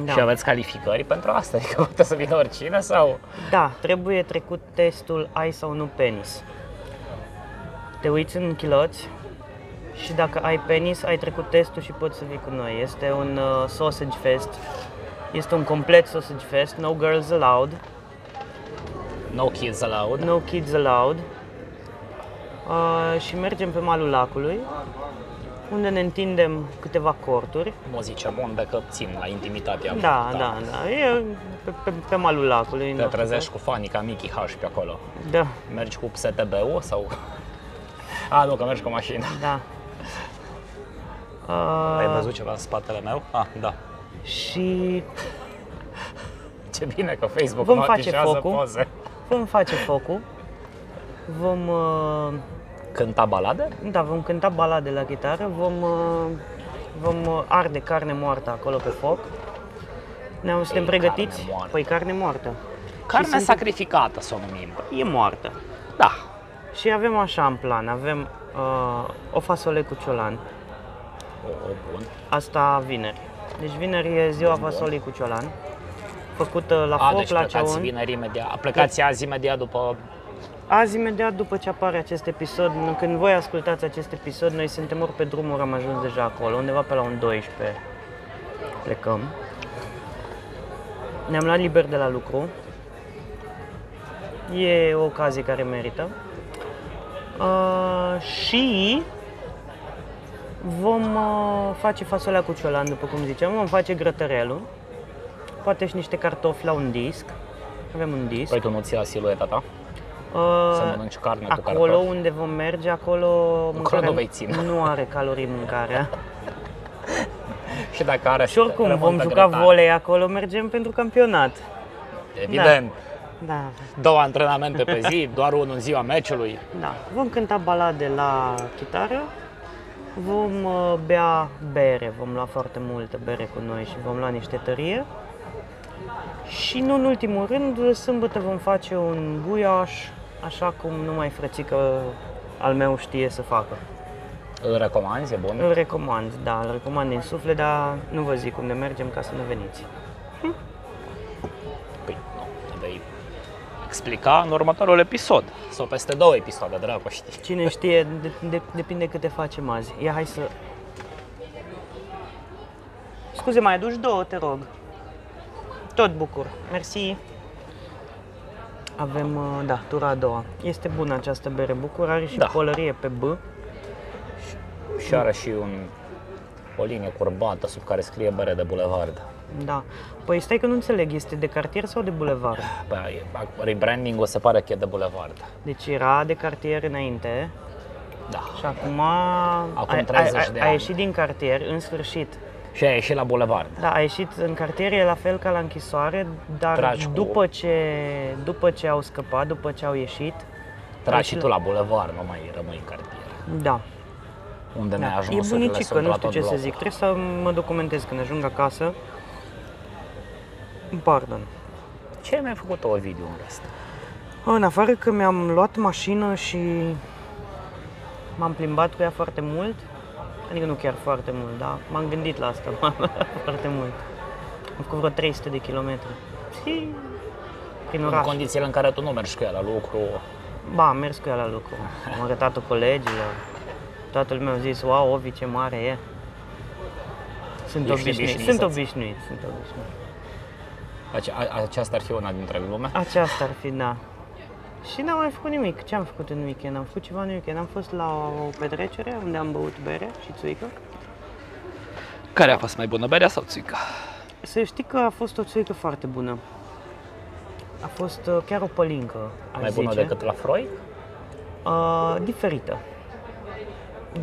[SPEAKER 1] Da.
[SPEAKER 2] Și aveți calificări pentru asta, adică poate să vină oricine sau...
[SPEAKER 1] da, trebuie trecut testul ai sau nu penis. Te uiți în chiloți și dacă ai penis, ai trecut testul și poți să vii cu noi. Este un uh, sausage fest, este un complet sausage fest, no girls allowed.
[SPEAKER 2] No kids allowed.
[SPEAKER 1] No Kids Allowed uh, și mergem pe malul lacului unde ne întindem câteva corturi.
[SPEAKER 2] Muzice bun dacă țin la intimitatea
[SPEAKER 1] Da, da, da, e pe, pe, pe malul lacului.
[SPEAKER 2] Te
[SPEAKER 1] nu-
[SPEAKER 2] trezești cu fanii ca Mickey H pe acolo.
[SPEAKER 1] Da,
[SPEAKER 2] Mergi cu STB-ul sau... A, nu, că mergi cu mașina.
[SPEAKER 1] da.
[SPEAKER 2] Ai
[SPEAKER 1] Uh,
[SPEAKER 2] văzut ceva în spatele meu? Ah, da.
[SPEAKER 1] și
[SPEAKER 2] Ce bine că Facebook
[SPEAKER 1] Vom
[SPEAKER 2] nu
[SPEAKER 1] face
[SPEAKER 2] afișează
[SPEAKER 1] focul.
[SPEAKER 2] poze.
[SPEAKER 1] vom face focul. Vom, uh,
[SPEAKER 2] Cânta balade?
[SPEAKER 1] da, vom cânta balade la chitară, vom, uh, vom uh, arde carne moartă acolo pe foc. Ne-am suntem
[SPEAKER 2] Ei, carne
[SPEAKER 1] pregătiți?
[SPEAKER 2] moartă.
[SPEAKER 1] păi carne moartă.
[SPEAKER 2] Carne
[SPEAKER 1] suntem-
[SPEAKER 2] sacrificată să o numim.
[SPEAKER 1] E moartă.
[SPEAKER 2] Da.
[SPEAKER 1] Și avem așa în plan, avem uh, o fasole cu ciolan,
[SPEAKER 2] O, o bun.
[SPEAKER 1] asta vineri. Deci vineri e ziua fasolei cu ciolan, făcută la
[SPEAKER 2] A,
[SPEAKER 1] foc,
[SPEAKER 2] deci
[SPEAKER 1] la Păi-
[SPEAKER 2] plecați
[SPEAKER 1] ceaun.
[SPEAKER 2] vineri imediat. Plecați azi imediat după...
[SPEAKER 1] Azi, imediat după ce apare acest episod, când voi ascultați acest episod, noi suntem ori pe drum, ori am ajuns deja acolo, undeva pe la un 12 plecăm. Ne-am luat liber de la lucru. E o ocazie care merită. Uh, și vom uh, face fasolea cu ciolan, după cum ziceam, vom face grătărelul, poate și niște cartofi la un disc. Avem un disc.
[SPEAKER 2] Păi tu nu ți la silueta ta?
[SPEAKER 1] Uh,
[SPEAKER 2] Să mănânci carne cu
[SPEAKER 1] Acolo
[SPEAKER 2] cartofi.
[SPEAKER 1] unde vom merge, acolo,
[SPEAKER 2] nu vei ține.
[SPEAKER 1] nu are calorii mâncarea.
[SPEAKER 2] Și dacă are
[SPEAKER 1] Și oricum vom
[SPEAKER 2] remontă
[SPEAKER 1] juca
[SPEAKER 2] grătar.
[SPEAKER 1] volei acolo, mergem pentru campionat.
[SPEAKER 2] Evident.
[SPEAKER 1] Da,
[SPEAKER 2] Două antrenamente pe zi, doar unul în ziua meciului.
[SPEAKER 1] da. Vom cânta balade la chitară, vom uh, bea bere, vom lua foarte multă bere cu noi și vom lua niște tărie. Și nu în ultimul rând, sâmbătă vom face un guiaș, așa cum numai frățică al meu știe să facă.
[SPEAKER 2] Îl recomanzi, e bun.
[SPEAKER 1] Îl recomand, da, îl recomand din suflet, dar nu vă zic unde mergem ca să nu veniți.
[SPEAKER 2] Păi, nu, te vei explica în următorul episod. Sau peste două episoade, dracu știi.
[SPEAKER 1] Cine știe, de, de, depinde câte facem azi. Ia hai să... Scuze, mai aduci două, te rog. Tot bucur. Mersi. Avem, uh, da, tura a doua. Este bună această bere bucur, are și
[SPEAKER 2] Da.
[SPEAKER 1] colărie pe B.
[SPEAKER 2] Și are și un, o linie curbată sub care scrie bere de bulevard.
[SPEAKER 1] Da. Păi stai că nu înțeleg, este de cartier sau de bulevard?
[SPEAKER 2] Păi, rebranding-ul se pare că e de bulevard.
[SPEAKER 1] Deci era de cartier înainte,
[SPEAKER 2] Da.
[SPEAKER 1] Și acum, acum
[SPEAKER 2] 30
[SPEAKER 1] a,
[SPEAKER 2] de
[SPEAKER 1] a, a
[SPEAKER 2] ani.
[SPEAKER 1] ieșit din cartier, în sfârșit.
[SPEAKER 2] Și a ieșit la bulevard.
[SPEAKER 1] Da, a ieșit în cartier, e la fel ca la închisoare, dar
[SPEAKER 2] Tragi cu-
[SPEAKER 1] după, ce, după ce au scăpat, după ce au ieșit,
[SPEAKER 2] Tragi și tu la bulevard, nu mai rămâi în cartier.
[SPEAKER 1] da.
[SPEAKER 2] Unde ne-ai
[SPEAKER 1] da. E
[SPEAKER 2] ajuns
[SPEAKER 1] bunicică, nu știu ce să zic, trebuie să mă documentez când ajung acasă. Pardon.
[SPEAKER 2] Ce mi-ai făcut o video în rest?
[SPEAKER 1] În afară că mi-am luat mașină și m-am plimbat cu ea foarte mult, adică nu chiar foarte mult, dar m-am gândit la asta foarte mult. Am făcut vreo 300 de kilometri. Și prin
[SPEAKER 2] În
[SPEAKER 1] oraș.
[SPEAKER 2] condițiile în care tu nu mergi cu ea la lucru,
[SPEAKER 1] Ba, am mers cu ea la lucru. Am arătat-o colegilor. Toată lumea a zis, wow, Ovi, ce mare e. Sunt
[SPEAKER 2] Ești
[SPEAKER 1] obișnuit,
[SPEAKER 2] obișnuit
[SPEAKER 1] sunt
[SPEAKER 2] să-ți-
[SPEAKER 1] obișnuit, sunt obișnuit.
[SPEAKER 2] ace- a- aceasta ar fi una dintre glume.
[SPEAKER 1] Aceasta ar fi, da. Și n-am mai făcut nimic. Ce am făcut în weekend? Am făcut ceva în weekend. Am fost la o petrecere unde am băut bere și țuică.
[SPEAKER 3] Care a fost mai bună, berea sau țica?
[SPEAKER 1] Să știi că a fost o țuică foarte bună. A fost uh, chiar o pălincă, aș
[SPEAKER 2] Mai
[SPEAKER 1] zice.
[SPEAKER 2] bună decât la Freud?
[SPEAKER 1] Uh, diferită.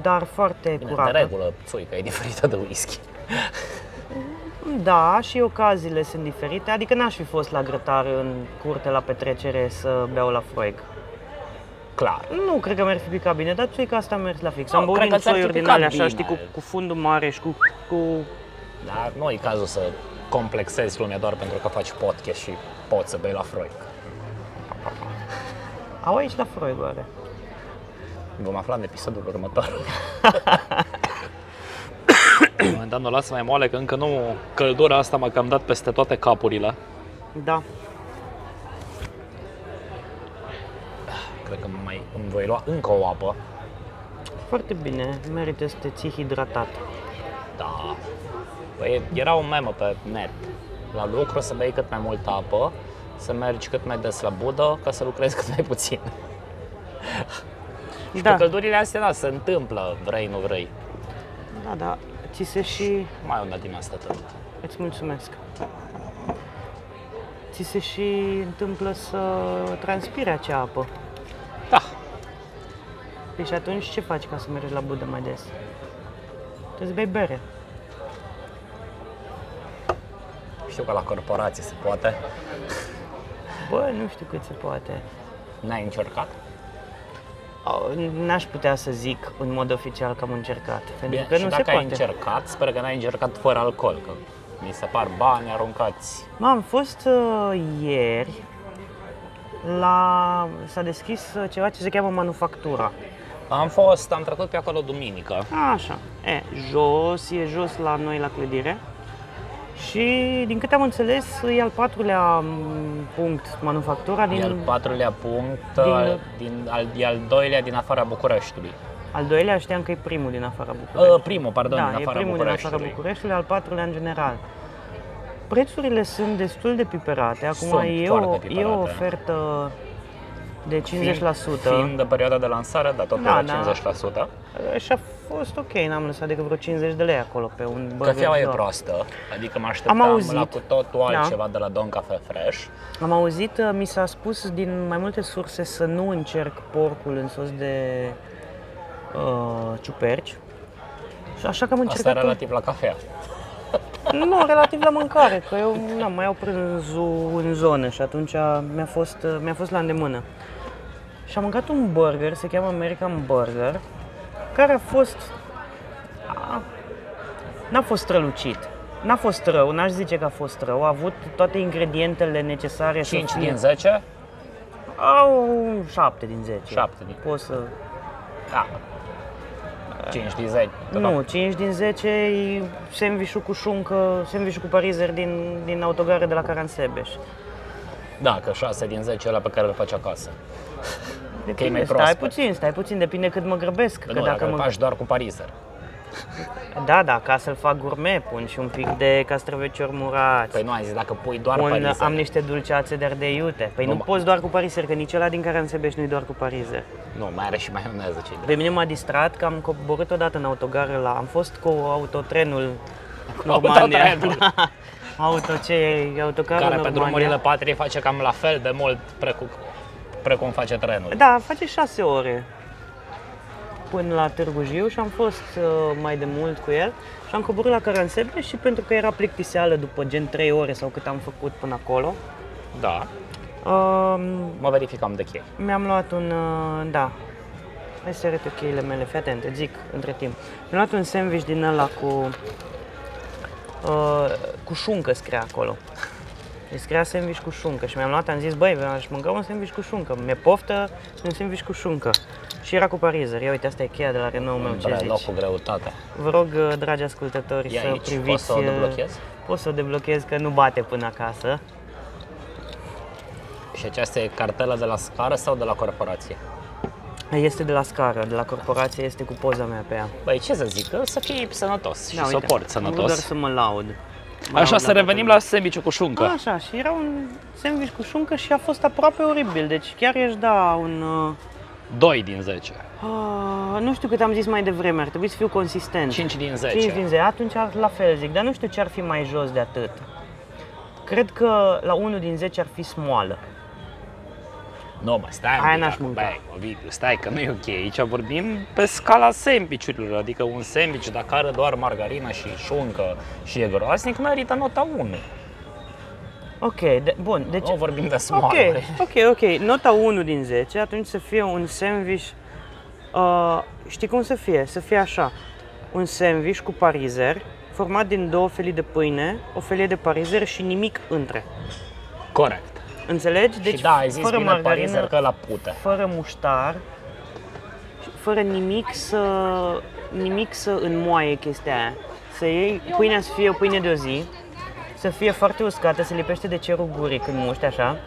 [SPEAKER 1] Dar foarte
[SPEAKER 2] Bine, de
[SPEAKER 1] curată.
[SPEAKER 2] regulă, țuica e diferită de whisky.
[SPEAKER 1] Da, și ocaziile sunt diferite, adică n-aș fi fost la grătar în curte la petrecere să beau la froeg.
[SPEAKER 2] Clar.
[SPEAKER 1] Nu cred că mi-ar fi picat bine, dar țuica asta a mers la fix.
[SPEAKER 2] Nu,
[SPEAKER 1] Am băut
[SPEAKER 2] cred
[SPEAKER 1] din
[SPEAKER 2] că ți-ar fi
[SPEAKER 1] țoiuri din
[SPEAKER 2] picat
[SPEAKER 1] alea, așa,
[SPEAKER 2] bine.
[SPEAKER 1] știi, cu, cu fundul mare și cu, cu
[SPEAKER 2] Dar nu e cazul să complexezi lumea doar pentru că faci podcast și poți să bei la Freud.
[SPEAKER 1] Au aici la Freud, oare?
[SPEAKER 2] Vom afla în episodul următor.
[SPEAKER 3] Momentan nu o las mai moale, că încă nu... Căldura asta m-a cam dat peste toate capurile.
[SPEAKER 1] Da.
[SPEAKER 2] Cred că mai îmi voi lua încă o apă.
[SPEAKER 1] Foarte bine, merită să te ții hidratat.
[SPEAKER 2] Da. Păi era o memă pe net. La lucru să bei cât mai multă apă, să mergi cât mai des la budă, ca să lucrezi cât mai puțin. Da.
[SPEAKER 1] Da,
[SPEAKER 2] Căldurile astea, da, se întâmplă, vrei, nu vrei.
[SPEAKER 1] da, da, ți se și...
[SPEAKER 2] Mai una din asta tot.
[SPEAKER 1] Îți mulțumesc. Ți se și întâmplă să transpire acea apă.
[SPEAKER 3] Da.
[SPEAKER 1] Păi și atunci ce faci ca să mergi la budă mai des? Trebuie să bei bere.
[SPEAKER 2] Știu că la corporație se poate.
[SPEAKER 1] Bă, nu știu cât se poate.
[SPEAKER 2] N-ai încercat?
[SPEAKER 1] Au, N-aș putea să zic în mod oficial că am încercat, pentru
[SPEAKER 2] Bine,
[SPEAKER 1] că
[SPEAKER 2] și
[SPEAKER 1] nu se
[SPEAKER 2] dacă ai
[SPEAKER 1] poate.
[SPEAKER 2] încercat, sper că n-ai încercat fără alcool, că mi se par bani aruncați.
[SPEAKER 1] Mă, am fost uh, ieri la... s-a deschis uh, ceva ce se cheamă Manufactura.
[SPEAKER 2] Am fost, am trecut pe acolo duminică.
[SPEAKER 1] Așa. E, jos, e jos la noi la clădire. Și din câte am înțeles, e al patrulea m, punct manufactura din
[SPEAKER 2] E al
[SPEAKER 1] al,
[SPEAKER 2] patrulea punct,
[SPEAKER 1] din-
[SPEAKER 2] al, din, al, e al doilea din afara Bucureștiului.
[SPEAKER 1] doilea, știam că e primul din afara Bucureștiului.
[SPEAKER 2] Uh, primul, pardon,
[SPEAKER 1] da,
[SPEAKER 2] din
[SPEAKER 1] e
[SPEAKER 2] afara
[SPEAKER 1] primul din afara
[SPEAKER 2] Bucureștiului.
[SPEAKER 1] Bucureștiului, al patrulea în general. Prețurile sunt destul de piperate. Acum
[SPEAKER 2] Sunt
[SPEAKER 1] e, o,
[SPEAKER 2] foarte
[SPEAKER 1] e o
[SPEAKER 2] piperate.
[SPEAKER 1] ofertă de 50%.
[SPEAKER 2] Fiind de perioada de lansare, da, tot
[SPEAKER 1] Da,
[SPEAKER 2] da,
[SPEAKER 1] da.
[SPEAKER 2] la 50%. Da.
[SPEAKER 1] Și a fost ok, n-am lăsat decât vreo 50 de lei acolo pe un burger
[SPEAKER 2] Cafeaua e
[SPEAKER 1] shop.
[SPEAKER 2] proastă, adică mă așteptam
[SPEAKER 1] deci, da. Am auzit. Da.
[SPEAKER 2] la cu totul altceva de la Don Cafe Fresh.
[SPEAKER 1] Am auzit, uh, mi s-a spus din mai multe surse să nu încerc porcul în sos de uh, ciuperci. Și așa că am
[SPEAKER 2] Asta
[SPEAKER 1] încercat...
[SPEAKER 2] relativ la cafea.
[SPEAKER 1] Nu, relativ la mâncare, că eu nu mai iau prânzul în zonă și atunci mi-a fost, uh, mi-a fost la îndemână. Și am mâncat un burger, se cheamă American Burger, care a fost... A, n-a fost strălucit. N-a fost rău, n-aș zice că a fost rău, a avut toate ingredientele necesare
[SPEAKER 2] 5
[SPEAKER 1] să fie...
[SPEAKER 2] din 10,
[SPEAKER 1] Au 7 din 10.
[SPEAKER 2] 7 din...
[SPEAKER 1] Poți să...
[SPEAKER 2] Da. 5 din 10. de fapt.
[SPEAKER 1] Nu, 5 din 10 e sandwich cu șuncă, sandwich cu parizer din, din autogare de la Caransebeș.
[SPEAKER 2] Da, că 6 din 10 ăla pe care îl faci acasă.
[SPEAKER 1] Depinde,
[SPEAKER 2] mai
[SPEAKER 1] stai
[SPEAKER 2] proaspăt.
[SPEAKER 1] puțin, stai puțin, depinde cât mă grăbesc.
[SPEAKER 2] Că nu, dacă îl faci doar cu parizer.
[SPEAKER 1] Da, da, ca să-l fac gourmet, pun și un pic de castravețiori murați.
[SPEAKER 2] Păi nu, ai zis, dacă pui doar
[SPEAKER 1] pun,
[SPEAKER 2] parizer.
[SPEAKER 1] am niște dulceațe de ardei iute. Păi nu,
[SPEAKER 2] Nu, mă-
[SPEAKER 1] poți doar cu parizer, că nici ăla din Caransebeș nu-i doar cu parizer.
[SPEAKER 2] Nu, mai are și maioneză ce
[SPEAKER 1] Pe mine m-a distrat că am coborât odată în autogară la... Am fost cu autotrenul Normandia.
[SPEAKER 2] autotrenul.
[SPEAKER 1] Auto ce autocarul
[SPEAKER 2] Care pe
[SPEAKER 1] Normandia.
[SPEAKER 2] drumurile patriei face cam la fel de mult precum, precum face trenul.
[SPEAKER 1] Da, face 6 ore până la Târgu Jiu și am fost uh, mai de mult cu el și am coborât la Caransebeș și pentru că era plictiseală după gen 3 ore sau cât am făcut până acolo,
[SPEAKER 2] Da.
[SPEAKER 1] um,
[SPEAKER 2] Mă verificam de chei.
[SPEAKER 1] mi-am luat un, uh, da, hai să arăt eu cheile mele, fii atent, îți zic între timp. Mi-am luat un sandwich din ăla cu, uh, cu șuncă scria acolo. Îi scria sandwich cu șuncă și mi-am luat, am zis, băi, aș mânca un sandwich cu șuncă, mi-e poftă un sandwich cu șuncă. Și era cu parizer. Ia uite, asta e cheia de la Renault meu, ce
[SPEAKER 2] Între loc
[SPEAKER 1] zici?
[SPEAKER 2] cu greutate.
[SPEAKER 1] Vă rog, uh, dragi ascultători,
[SPEAKER 2] E
[SPEAKER 1] să
[SPEAKER 2] aici.
[SPEAKER 1] priviți...
[SPEAKER 2] Poți să o
[SPEAKER 1] uh,
[SPEAKER 2] deblochez?
[SPEAKER 1] Pot să o deblochez, că nu bate până acasă.
[SPEAKER 2] Și aceasta e cartela de la scară sau de la corporație?
[SPEAKER 1] Este de la scară, de la corporație, este cu poza mea pe ea.
[SPEAKER 2] Băi, ce să zic, că să fii sănătos și
[SPEAKER 1] Da,
[SPEAKER 2] să o
[SPEAKER 1] uite,
[SPEAKER 2] porți
[SPEAKER 1] am vrut doar
[SPEAKER 2] sănătos.
[SPEAKER 1] să mă laud.
[SPEAKER 3] Așa,
[SPEAKER 1] n-am
[SPEAKER 3] să
[SPEAKER 1] dat
[SPEAKER 3] revenim la sandwich cu șuncă.
[SPEAKER 1] Așa, și era un sandwich cu șuncă și a fost aproape oribil, deci chiar ești da un... uh,
[SPEAKER 3] 2 din 10.
[SPEAKER 1] ah, nu știu cât am zis mai devreme, ar trebui să fiu consistent.
[SPEAKER 2] 5 din 10.
[SPEAKER 1] 5 din 10, atunci ar- la fel zic, dar nu știu ce ar fi mai jos de atât. Cred că la 1 din 10 ar fi smoală.
[SPEAKER 2] Nu, mă, stai
[SPEAKER 1] Aia
[SPEAKER 2] un pic
[SPEAKER 1] n-aș
[SPEAKER 2] acum,
[SPEAKER 1] mânca.
[SPEAKER 2] băi, Ovidiu, stai că nu e ok. Aici vorbim
[SPEAKER 3] Pe
[SPEAKER 2] scala sandvișurilor, adică un sandwich dacă are doar margarină și șuncă și e groaznic, merită nota 1.
[SPEAKER 1] Ok, de, bun, deci...
[SPEAKER 2] Deci, nu vorbim de smoală.
[SPEAKER 1] ok, ok, ok, nota 1 din 10, atunci să fie un sandwich... Uh, știi cum să fie? Să fie așa, un sandwich cu parizer, format din două felii de pâine, o felie de parizer și nimic între.
[SPEAKER 2] Corect.
[SPEAKER 1] Înțelegi?
[SPEAKER 2] Deci, și da, ai zis bine parizer că la pute.
[SPEAKER 1] fără muștar, fără nimic să, nimic să înmoaie chestia aia. Să iei pâinea să fie o pâine de o zi, să fie foarte uscată, se lipește de cerul gurii când muști așa.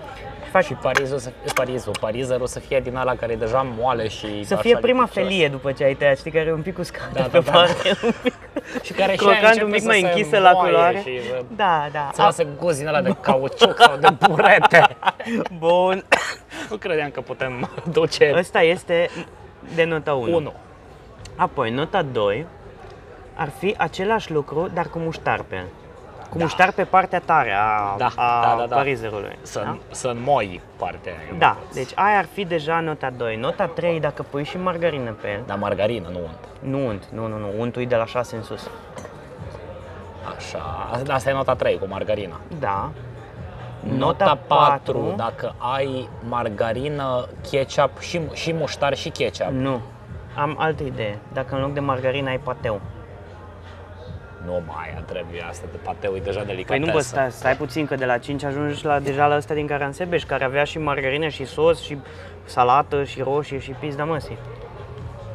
[SPEAKER 1] Și faci
[SPEAKER 2] Și parizul, să- parizul, parizerul să fie din ala care e deja moale și
[SPEAKER 1] să
[SPEAKER 2] așa
[SPEAKER 1] fie prima
[SPEAKER 2] lipicios.
[SPEAKER 1] felie după ce ai tăiat, știi, care e un pic uscată
[SPEAKER 2] Da, da,
[SPEAKER 1] pe
[SPEAKER 2] da.
[SPEAKER 1] parte, un pic,
[SPEAKER 2] Și care și aia
[SPEAKER 1] crocant
[SPEAKER 2] începe
[SPEAKER 1] un mic
[SPEAKER 2] să
[SPEAKER 1] mai
[SPEAKER 2] se
[SPEAKER 1] închisă la
[SPEAKER 2] moaie
[SPEAKER 1] culoare.
[SPEAKER 2] Și să-
[SPEAKER 1] Da, da.
[SPEAKER 2] să lasă gust din ala de cauciuc sau de burete.
[SPEAKER 1] Bun.
[SPEAKER 2] nu credeam că putem duce
[SPEAKER 1] Ăsta este de nota 1.
[SPEAKER 2] 1.
[SPEAKER 1] Apoi, nota 2 ar fi același lucru, dar cu muștar pe el. Cu muștar pe partea tare a,
[SPEAKER 2] Da,
[SPEAKER 1] a
[SPEAKER 2] da, da, da.
[SPEAKER 1] parizerului.
[SPEAKER 2] Să,
[SPEAKER 1] da?
[SPEAKER 2] să moi partea aia.
[SPEAKER 1] da, deci aia ar fi deja nota 2. Nota 3, dacă pui și margarină pe el.
[SPEAKER 2] Dar margarină, nu unt.
[SPEAKER 1] Nu unt, nu, nu, nu, untul e de la 6 în sus.
[SPEAKER 2] Așa, asta asta e nota 3 cu margarina.
[SPEAKER 1] Da.
[SPEAKER 2] Nota 4, dacă ai margarină, ketchup și, și muștar și ketchup.
[SPEAKER 1] Nu. Am altă idee. Dacă în loc de margarină ai pateu.
[SPEAKER 2] Nu mai aia trebuie asta de pateu, e deja
[SPEAKER 1] Păi
[SPEAKER 2] delicatesă.
[SPEAKER 1] nu, bă, stai, stai puțin, că de la 5 ajungi la, deja la ăsta din Caransebeș, care avea și margarină și sos și salată și roșie și pizda măsii.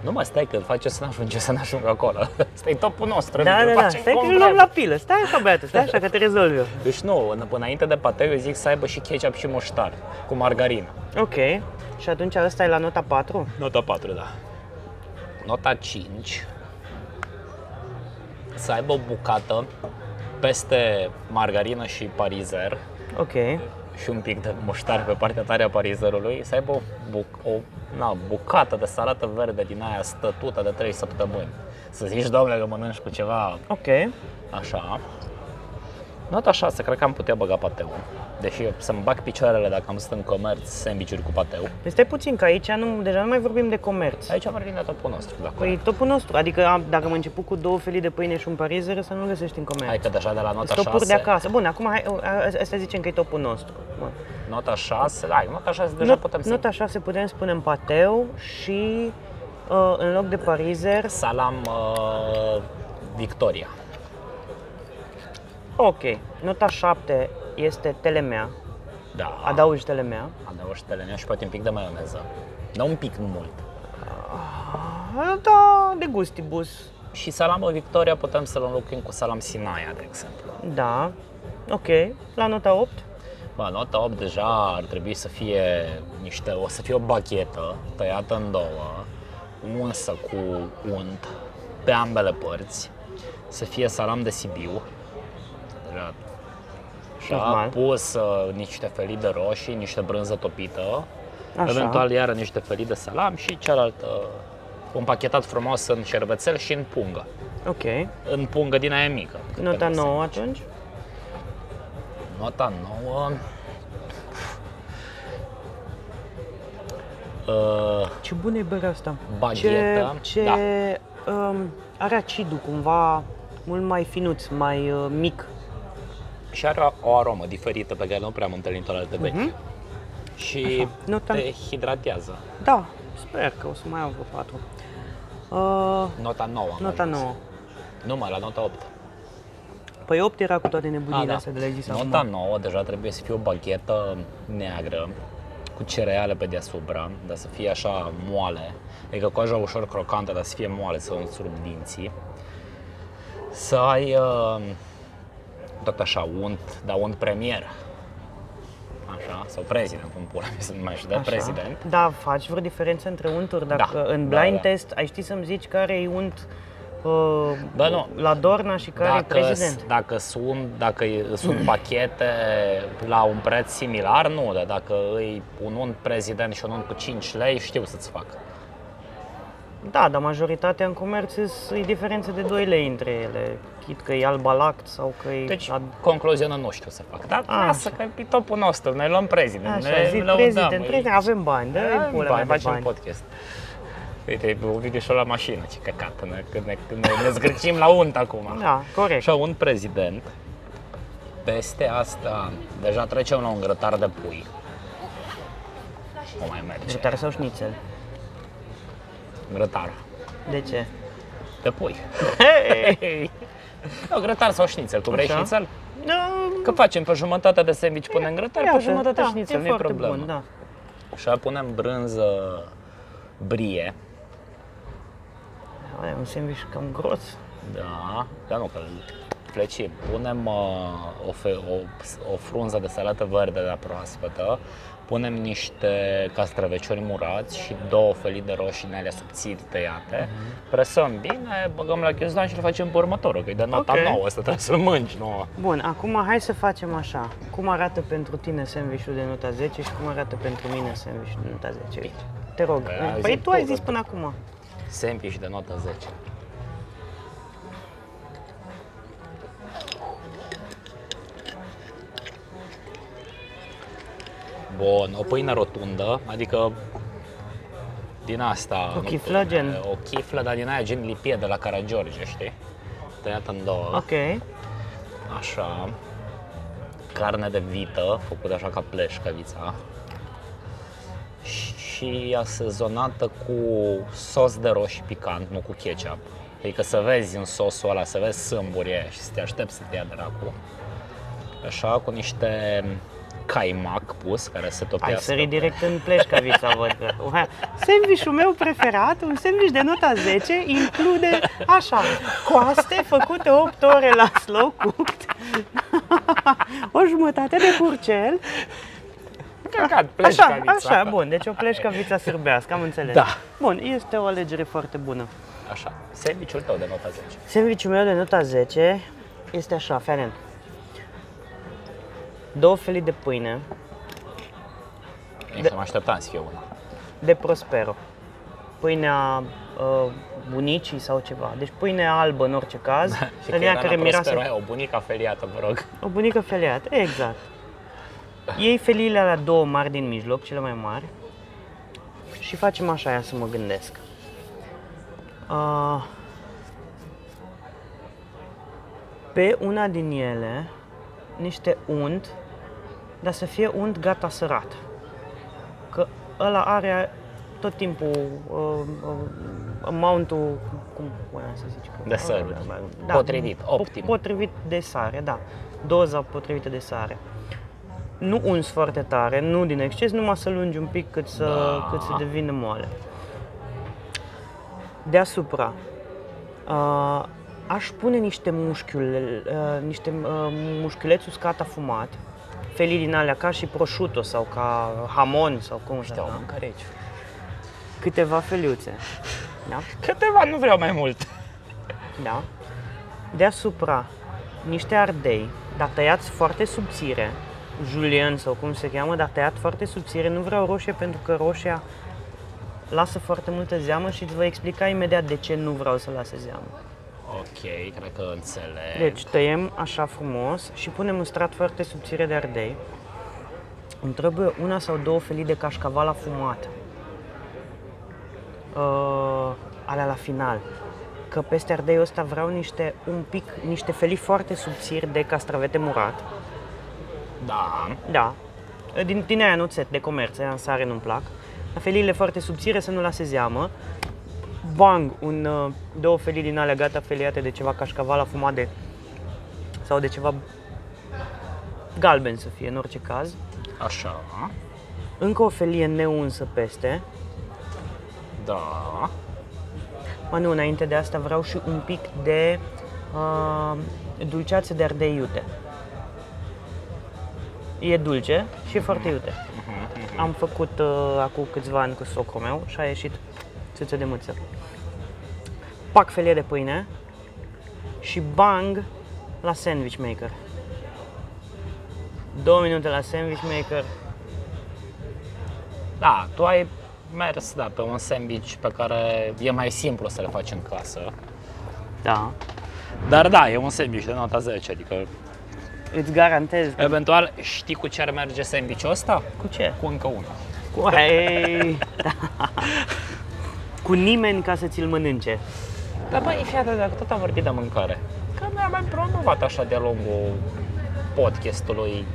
[SPEAKER 2] Nu mă, stai că îl face să n-ajunge, să n-ajungă acolo. Stai topul nostru,
[SPEAKER 1] Da,
[SPEAKER 2] îl
[SPEAKER 1] da, da,
[SPEAKER 2] facem
[SPEAKER 1] stai
[SPEAKER 2] cum
[SPEAKER 1] că îl
[SPEAKER 2] vrem.
[SPEAKER 1] luăm la pilă, stai așa băiatul, stai așa că te rezolv eu.
[SPEAKER 2] Deci nu, în- înainte de pateu eu zic să aibă și ketchup și muștar, cu margarină.
[SPEAKER 1] Ok, și atunci ăsta e la nota 4?
[SPEAKER 2] Nota 4, da. Nota 5 să aibă o bucată peste margarină și parizer
[SPEAKER 1] Ok,
[SPEAKER 2] și un pic de muștar pe partea tare a parizerului, să aibă o, buc- o na, bucată de salată verde din aia stătută de 3 săptămâni. Să zici, doamne, că mănânci cu ceva
[SPEAKER 1] ok,
[SPEAKER 2] așa. Nota 6, cred că am putea băga pateul. Deși eu să-mi bag picioarele dacă am stat în comerț sandvișuri cu pateu.
[SPEAKER 1] Păi stai puțin că aici nu, deja nu mai vorbim de comerț.
[SPEAKER 2] Aici vorbim de topul nostru, dacă
[SPEAKER 1] Păi e topul nostru, adică am, dacă am început cu două felii de pâine și un parizer, să nu găsești în comerț.
[SPEAKER 2] Hai că deja de la nota
[SPEAKER 1] Sunt topuri de
[SPEAKER 2] 6,
[SPEAKER 1] acasă. Bun, acum hai, uh, asta zicem că e topul nostru. Bun.
[SPEAKER 2] nota 6, hai, nota 6 deja
[SPEAKER 1] Not-
[SPEAKER 2] putem să...
[SPEAKER 1] Nota 6 putem spune în pateu și uh, în loc de parizer,
[SPEAKER 2] Salam uh, Victoria.
[SPEAKER 1] ok. Nota 7 este telemea,
[SPEAKER 2] Da,
[SPEAKER 1] adaugi telemea.
[SPEAKER 2] adaugi telemea și poate un pic de maioneză. Dar un pic, nu mult.
[SPEAKER 1] Ah, Da, de gustibus.
[SPEAKER 2] Și salamul Victoria putem să-l înlocuim cu salam Sinaia, de exemplu.
[SPEAKER 1] Da. Ok, la nota 8.
[SPEAKER 2] Bă, nota 8 deja ar trebui să fie niște, o să fie o bachetă tăiată în două, unsă cu unt pe ambele părți, să fie salam de Sibiu, deja și a
[SPEAKER 1] Normal.
[SPEAKER 2] pus uh, niște felii de roșii, niște brânză topită,
[SPEAKER 1] Așa.
[SPEAKER 2] eventual iară niște felii de salam și cealaltă împachetat frumos în șervețel și în pungă.
[SPEAKER 1] Ok.
[SPEAKER 2] În pungă din aia mică. cât
[SPEAKER 1] Nota
[SPEAKER 2] pentru
[SPEAKER 1] 9 atunci.
[SPEAKER 2] Nota 9. Uh,
[SPEAKER 1] Ce bună e bărea asta.
[SPEAKER 2] Bagheta,
[SPEAKER 1] Ce, ce
[SPEAKER 2] da.
[SPEAKER 1] um, are acidul cumva mult mai finuț, mai uh, mic.
[SPEAKER 2] și are o aromă diferită pe care nu prea am întâlnit-o la alte vechi.
[SPEAKER 1] Mhm.
[SPEAKER 2] Și
[SPEAKER 1] Nota-
[SPEAKER 2] te hidratează.
[SPEAKER 1] Da, sper că o să mai am vreo 4. Uh,
[SPEAKER 2] Nota 9. am
[SPEAKER 1] nota
[SPEAKER 2] ajuns.
[SPEAKER 1] 9.
[SPEAKER 2] Nu mai la nota 8.
[SPEAKER 1] Păi 8 era cu toate nebunile
[SPEAKER 2] A, da.
[SPEAKER 1] astea de le-ai zis
[SPEAKER 2] Nota
[SPEAKER 1] acum.
[SPEAKER 2] 9 deja trebuie să fie o baghetă neagră cu cereale pe deasupra, dar să fie așa moale, adică coaja ușor crocantă, dar să fie moale, să nu surb dinții. Să ai uh, tot așa unt, dar unt premier. Așa, sau prezident, cum pula mi se numește, da?
[SPEAKER 1] Așa.
[SPEAKER 2] prezident.
[SPEAKER 1] Da, faci vreo diferență între unturi? Dacă
[SPEAKER 2] Da,
[SPEAKER 1] în
[SPEAKER 2] da,
[SPEAKER 1] blind
[SPEAKER 2] da.
[SPEAKER 1] test ai ști să-mi zici care e unt uh,
[SPEAKER 2] Bă, nu.
[SPEAKER 1] la Dorna și care e
[SPEAKER 2] Dacă,
[SPEAKER 1] prezident.
[SPEAKER 2] dacă sunt, dacă e- sunt pachete la un preț similar, nu, dar dacă îi un unt prezident și un unt cu 5 lei, știu să-ți fac.
[SPEAKER 1] Da, dar majoritatea în comerț îs- e diferențe de 2 lei între ele. Chit că e albalact sau că e...
[SPEAKER 2] Deci,
[SPEAKER 1] ad-
[SPEAKER 2] concluziona nu știu să fac, dar
[SPEAKER 1] Așa.
[SPEAKER 2] lasă că e topul nostru, noi luăm prezident,
[SPEAKER 1] Ah. Așa,
[SPEAKER 2] ne
[SPEAKER 1] zi,
[SPEAKER 2] lăudăm,
[SPEAKER 1] prezident,
[SPEAKER 2] e-
[SPEAKER 1] prezident, avem bani,
[SPEAKER 2] Da,
[SPEAKER 1] da,
[SPEAKER 2] bani,
[SPEAKER 1] pula mea,
[SPEAKER 2] facem
[SPEAKER 1] facem
[SPEAKER 2] un
[SPEAKER 1] bani.
[SPEAKER 2] podcast. Uite, o video și la mașină, ce căcat, ne, când ne, când ne, ne zgârcim la unt acum.
[SPEAKER 1] Da, corect.
[SPEAKER 2] Așa, un prezident, peste asta, deja trecem la un grătar de pui. Nu mai merge.
[SPEAKER 1] Grătar sau șnițel?
[SPEAKER 2] Grătar
[SPEAKER 1] De ce?
[SPEAKER 2] de pui. Nu, grătar sau șnițel, tu vrei
[SPEAKER 1] Așa.
[SPEAKER 2] șnițel?
[SPEAKER 1] Da,
[SPEAKER 2] Că facem pe jumătate de sandwich punem grătar,
[SPEAKER 1] iată,
[SPEAKER 2] pe jumătate
[SPEAKER 1] da,
[SPEAKER 2] șnițel,
[SPEAKER 1] e
[SPEAKER 2] nu e
[SPEAKER 1] foarte
[SPEAKER 2] problemă.
[SPEAKER 1] Bun, da.
[SPEAKER 2] Așa punem brânză brie.
[SPEAKER 1] Aia, e un sandwich cam gros.
[SPEAKER 2] Da, dar nu, că pleci. Punem uh, o, fe- o, o frunză de salată verde la proaspătă, punem niște castraveciori murați și două felii de roșii în alea subțiri tăiate, presăm bine, băgăm la ghiozdan și îl facem pe următorul, că e de nota
[SPEAKER 1] Ok.
[SPEAKER 2] nouă, asta trebuie să-l mânci, nu?
[SPEAKER 1] Bun, acum hai să facem așa. Cum arată pentru tine sandvișul de nota 10 și cum arată pentru mine sandvișul de nota 10? Te rog.
[SPEAKER 2] Păi, ai
[SPEAKER 1] Păi
[SPEAKER 2] zis
[SPEAKER 1] tu ai
[SPEAKER 2] tu,
[SPEAKER 1] zis
[SPEAKER 2] da.
[SPEAKER 1] până acum.
[SPEAKER 2] Sandwich de nota 10. Bun, o pâine rotundă, adică din asta...
[SPEAKER 1] O
[SPEAKER 2] nu-
[SPEAKER 1] chiflă, gen?
[SPEAKER 2] O chiflă, dar din aia gen lipie de la Caragiorge, știi? Tăiată în două,
[SPEAKER 1] Ok.
[SPEAKER 2] așa. Carne de vită, făcută așa ca pleșcavița. Și asezonată cu sos de roșii picant, nu cu ketchup. Adică să vezi în sosul ăla, să vezi sâmburie aia și să te aștepți să te ia dracu. Așa, cu niște caimac pus, care se
[SPEAKER 1] Ai
[SPEAKER 2] topească.
[SPEAKER 1] sărit direct în pleșcavița, văd că. Ua, Sandvișul meu preferat, un sandviș de nota 10, include așa, coaste făcute 8 ore la slow cooked, o jumătate de curcel,
[SPEAKER 2] Căcat,
[SPEAKER 1] Așa,
[SPEAKER 2] pleșcavița.
[SPEAKER 1] așa, bun, deci o pleșcavița sârbească, am înțeles.
[SPEAKER 2] Da.
[SPEAKER 1] Bun, este o alegere foarte bună.
[SPEAKER 2] Așa, sandwich-ul tău de nota 10.
[SPEAKER 1] Sandwichul meu de nota 10 este așa, Fianen. Două felii de pâine
[SPEAKER 2] Nici nu mă așteptam să fie una.
[SPEAKER 1] de Prospero. Pâinea uh, bunicii sau ceva. Deci pâine albă în orice caz.
[SPEAKER 2] Și
[SPEAKER 1] din
[SPEAKER 2] că
[SPEAKER 1] aia
[SPEAKER 2] era care miroase... o bunică feliată, vă rog.
[SPEAKER 1] O bunică feliată, exact. Iei feliile alea două mari din mijloc, cele mai mari, și facem așa, ia să mă gândesc. Uh, pe una din ele, niște unt, dar să fie unt gata sărat. Că ăla are tot timpul uh, uh, amount-ul, cum cum să zic? Da.
[SPEAKER 2] De săruri. Potrivit, optim.
[SPEAKER 1] po- Potrivit de sare, da. Doza potrivită de sare. Nu uns foarte tare, nu din exces, numai să lungi un pic cât să,
[SPEAKER 2] Da.
[SPEAKER 1] cât să devină moale. Deasupra, uh, aș pune niște mușchiule, uh, niște uh, mușchiuleți uscat afumat, felii din alea ca și prosciutto sau ca hamon sau cum se
[SPEAKER 2] Da,
[SPEAKER 1] cheamă.
[SPEAKER 2] mâncare aici.
[SPEAKER 1] Câteva feliuțe. Da?
[SPEAKER 2] Câteva, nu vreau mai mult.
[SPEAKER 1] Da. Deasupra niște ardei, dar tăiați foarte subțire, julien sau cum se cheamă, dar tăiat foarte subțire. Nu vreau roșie pentru că roșia lasă foarte multă zeamă și îți voi explica imediat de ce nu vreau să lase zeamă.
[SPEAKER 2] Ok, cred că înțeleg.
[SPEAKER 1] Deci tăiem așa frumos și punem un strat foarte subțire de ardei. Îmi trebuie una sau două felii de cașcaval afumat. Uh, alea la final. Că peste ardeiul ăsta vreau niște, un pic, niște felii foarte subțiri de castravete murat.
[SPEAKER 2] Da,
[SPEAKER 1] Da. Din, din aia nu set de comerț, aia în sare nu-mi plac. Dar Feliile foarte subțire să nu lase zeamă. Bang, un, uh, două felii din alea gata feliate de ceva cașcaval afumat de... sau de ceva galben să fie, în orice caz.
[SPEAKER 2] așa,
[SPEAKER 1] Încă o felie neunsă peste.
[SPEAKER 2] da,
[SPEAKER 1] Mă, nu, înainte de asta vreau și un pic de uh, dulceață de ardei iute. E dulce și e foarte iute. Am făcut uh, acum câțiva ani cu socrul meu și a ieșit țâță de mâță. Pac felie de pâine, și bang la sandwich maker. Două minute la sandwich maker.
[SPEAKER 2] Da, tu ai mers da, pe un sandwich pe care e mai simplu să le faci în casă.
[SPEAKER 1] Da.
[SPEAKER 2] Dar da, e un sandwich de nota 10, adică
[SPEAKER 1] Îți garantez.
[SPEAKER 2] Ă-
[SPEAKER 1] că-
[SPEAKER 2] eventual știi cu ce ar merge sandwichul ăsta?
[SPEAKER 1] Cu ce?
[SPEAKER 2] Cu încă unul.
[SPEAKER 1] Cu, Ei, da. cu nimeni ca să ți-l mănânce.
[SPEAKER 2] Dar băi, fii atent, dacă tot am vorbit de mâncare, că mi-am mai promovat așa de-a lungul podcastului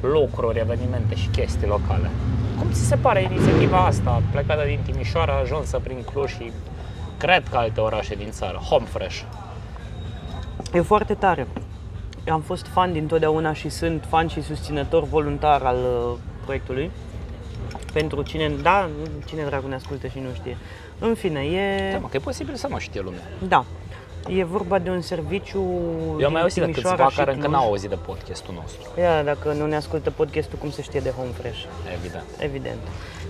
[SPEAKER 2] lucruri, evenimente și chestii locale. Cum ți se pare inițiativa asta, plecată din Timișoara, ajunsă prin Cluj și cred că alte orașe din țară, Home Fresh?
[SPEAKER 1] E foarte tare. Eu Am fost fan dintotdeauna și sunt fan și susținător voluntar al uh, proiectului. Pentru cine, da, cine dracu ne ascultă și nu știe. În fine, e...
[SPEAKER 2] Da, mă, că e posibil să nu știe lumea.
[SPEAKER 1] Da. E vorba de un serviciu
[SPEAKER 2] Eu am mai auzit de câțiva care încă n-au
[SPEAKER 1] n
[SPEAKER 2] auzit de podcastul nostru,
[SPEAKER 1] Ia, dacă nu ne ascultă podcastul, cum se știe de Home Fresh?
[SPEAKER 2] evident.
[SPEAKER 1] Evident.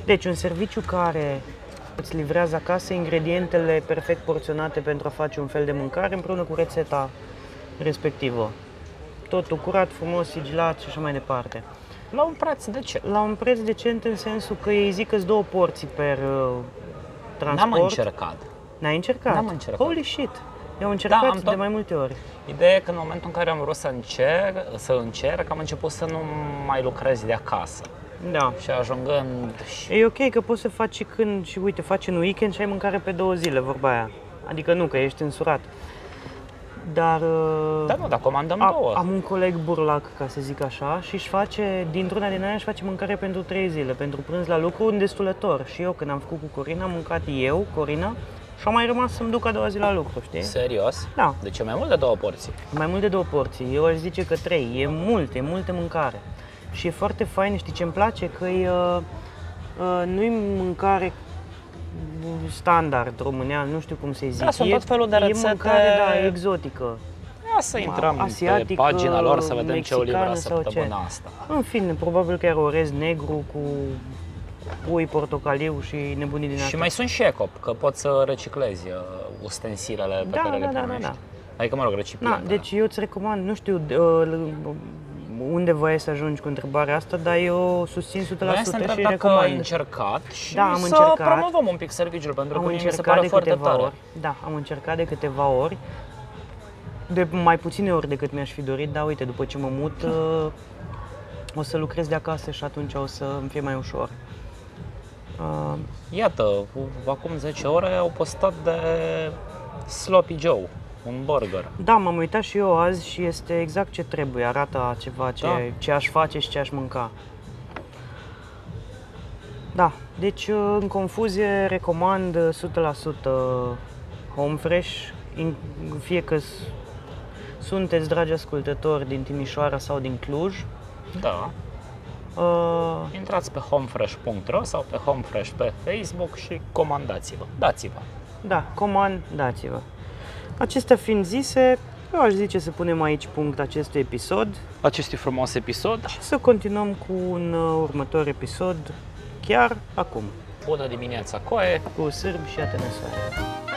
[SPEAKER 1] Deci, un serviciu care îți livrează acasă ingredientele perfect porționate pentru a face un fel de mâncare împreună cu rețeta respectivă. Totul curat, frumos, sigilat și așa mai departe.
[SPEAKER 2] La un preț decent.
[SPEAKER 1] La un preț decent în sensul că ei zic că două porții per uh, transport.
[SPEAKER 2] N-am încercat.
[SPEAKER 1] N-ai încercat?
[SPEAKER 2] N-am încercat. Da,
[SPEAKER 1] Holy shit! Eu am încercat
[SPEAKER 2] am
[SPEAKER 1] de
[SPEAKER 2] tot-
[SPEAKER 1] mai multe ori.
[SPEAKER 2] Ideea e că în momentul în care am vrut să încerc, să încerc, am început să nu mai lucrez de acasă.
[SPEAKER 1] Da.
[SPEAKER 2] Și ajungând și...
[SPEAKER 1] E ok că poți să faci și când și uite, faci în weekend și ai mâncare pe două zile, vorba aia. Adică nu, că ești însurat. Dar uh,
[SPEAKER 2] Dar Da, nu, dar comandăm
[SPEAKER 1] a-
[SPEAKER 2] două.
[SPEAKER 1] am un coleg burlac, ca să zic așa, și își face, dintr-una din aia își face mâncare pentru trei zile, pentru prânz la lucru, un destulător. Și eu când am făcut cu Corina, am mâncat eu, Corina, și am mai rămas să-mi duc a doua zi la lucru, știi?
[SPEAKER 2] Serios?
[SPEAKER 1] Da.
[SPEAKER 2] De ce mai mult de două porții?
[SPEAKER 1] Mai mult de două porții, eu aș zice că trei, e mult, e multă mâncare. Și e foarte fain, știi ce îmi place? Că e, uh, uh, nu-i mâncare standard românean, nu știu cum să-i zic.
[SPEAKER 2] Da, sunt
[SPEAKER 1] e,
[SPEAKER 2] tot felul de rețete-
[SPEAKER 1] E mâncare, da, exotică.
[SPEAKER 2] Ia să intrăm pe
[SPEAKER 1] asiatică,
[SPEAKER 2] pagina lor să vedem ce o livra
[SPEAKER 1] mexicană sau ce.
[SPEAKER 2] săptămâna asta.
[SPEAKER 1] În fine, probabil că era orez negru cu pui portocaliu și nebunii din
[SPEAKER 2] Și
[SPEAKER 1] asta.
[SPEAKER 2] mai sunt și ecop, că poți să reciclezi uh, ustensilele pe
[SPEAKER 1] Da,
[SPEAKER 2] care
[SPEAKER 1] da,
[SPEAKER 2] le
[SPEAKER 1] da, da,
[SPEAKER 2] primești.
[SPEAKER 1] da.
[SPEAKER 2] Adică, mă rog,
[SPEAKER 1] Na,
[SPEAKER 2] recipientele.
[SPEAKER 1] deci eu îți recomand, nu știu de- uh, unde voiai să ajungi cu întrebarea asta, dar eu susțin 100%
[SPEAKER 2] Vreau să întreb
[SPEAKER 1] și
[SPEAKER 2] dacă ai
[SPEAKER 1] recomand.
[SPEAKER 2] încercat și
[SPEAKER 1] Da, am
[SPEAKER 2] să
[SPEAKER 1] încercat.
[SPEAKER 2] promovăm un pic serviciul, pentru
[SPEAKER 1] Am
[SPEAKER 2] că mie mi se
[SPEAKER 1] încercat
[SPEAKER 2] pare
[SPEAKER 1] de
[SPEAKER 2] foarte
[SPEAKER 1] câteva
[SPEAKER 2] tare.
[SPEAKER 1] ori. Da, am încercat de câteva ori. De mai puține ori decât mi-aș fi dorit, dar uite, după ce mă mut, uh, o să lucrez de acasă și atunci o să îmi fie mai ușor. Uh,
[SPEAKER 2] Iată, cu- acum 10 ore au postat de Sloppy Joe, un burger.
[SPEAKER 1] Da, m-am uitat și eu azi și este exact ce trebuie, arată ceva ce,
[SPEAKER 2] Da.
[SPEAKER 1] ce aș face și ce aș mânca. Da, deci în confuzie recomand uh, 100% Home uh, Fresh, in- fie că s- sunteți dragi ascultători din Timișoara sau din Cluj.
[SPEAKER 2] Da.
[SPEAKER 1] Uh,
[SPEAKER 2] Intrați pe homefresh.ro sau pe homefresh pe Facebook și comandați-vă. Dați-vă.
[SPEAKER 1] Da, comand, dați-vă. Acestea fiind zise, eu aș zice să punem aici punct acestui episod.
[SPEAKER 3] Acest frumos episod.
[SPEAKER 1] Și să continuăm cu un uh, următor episod chiar acum,
[SPEAKER 2] Bună dimineața, Coe!
[SPEAKER 1] cu Sârbi și Atănăsoare.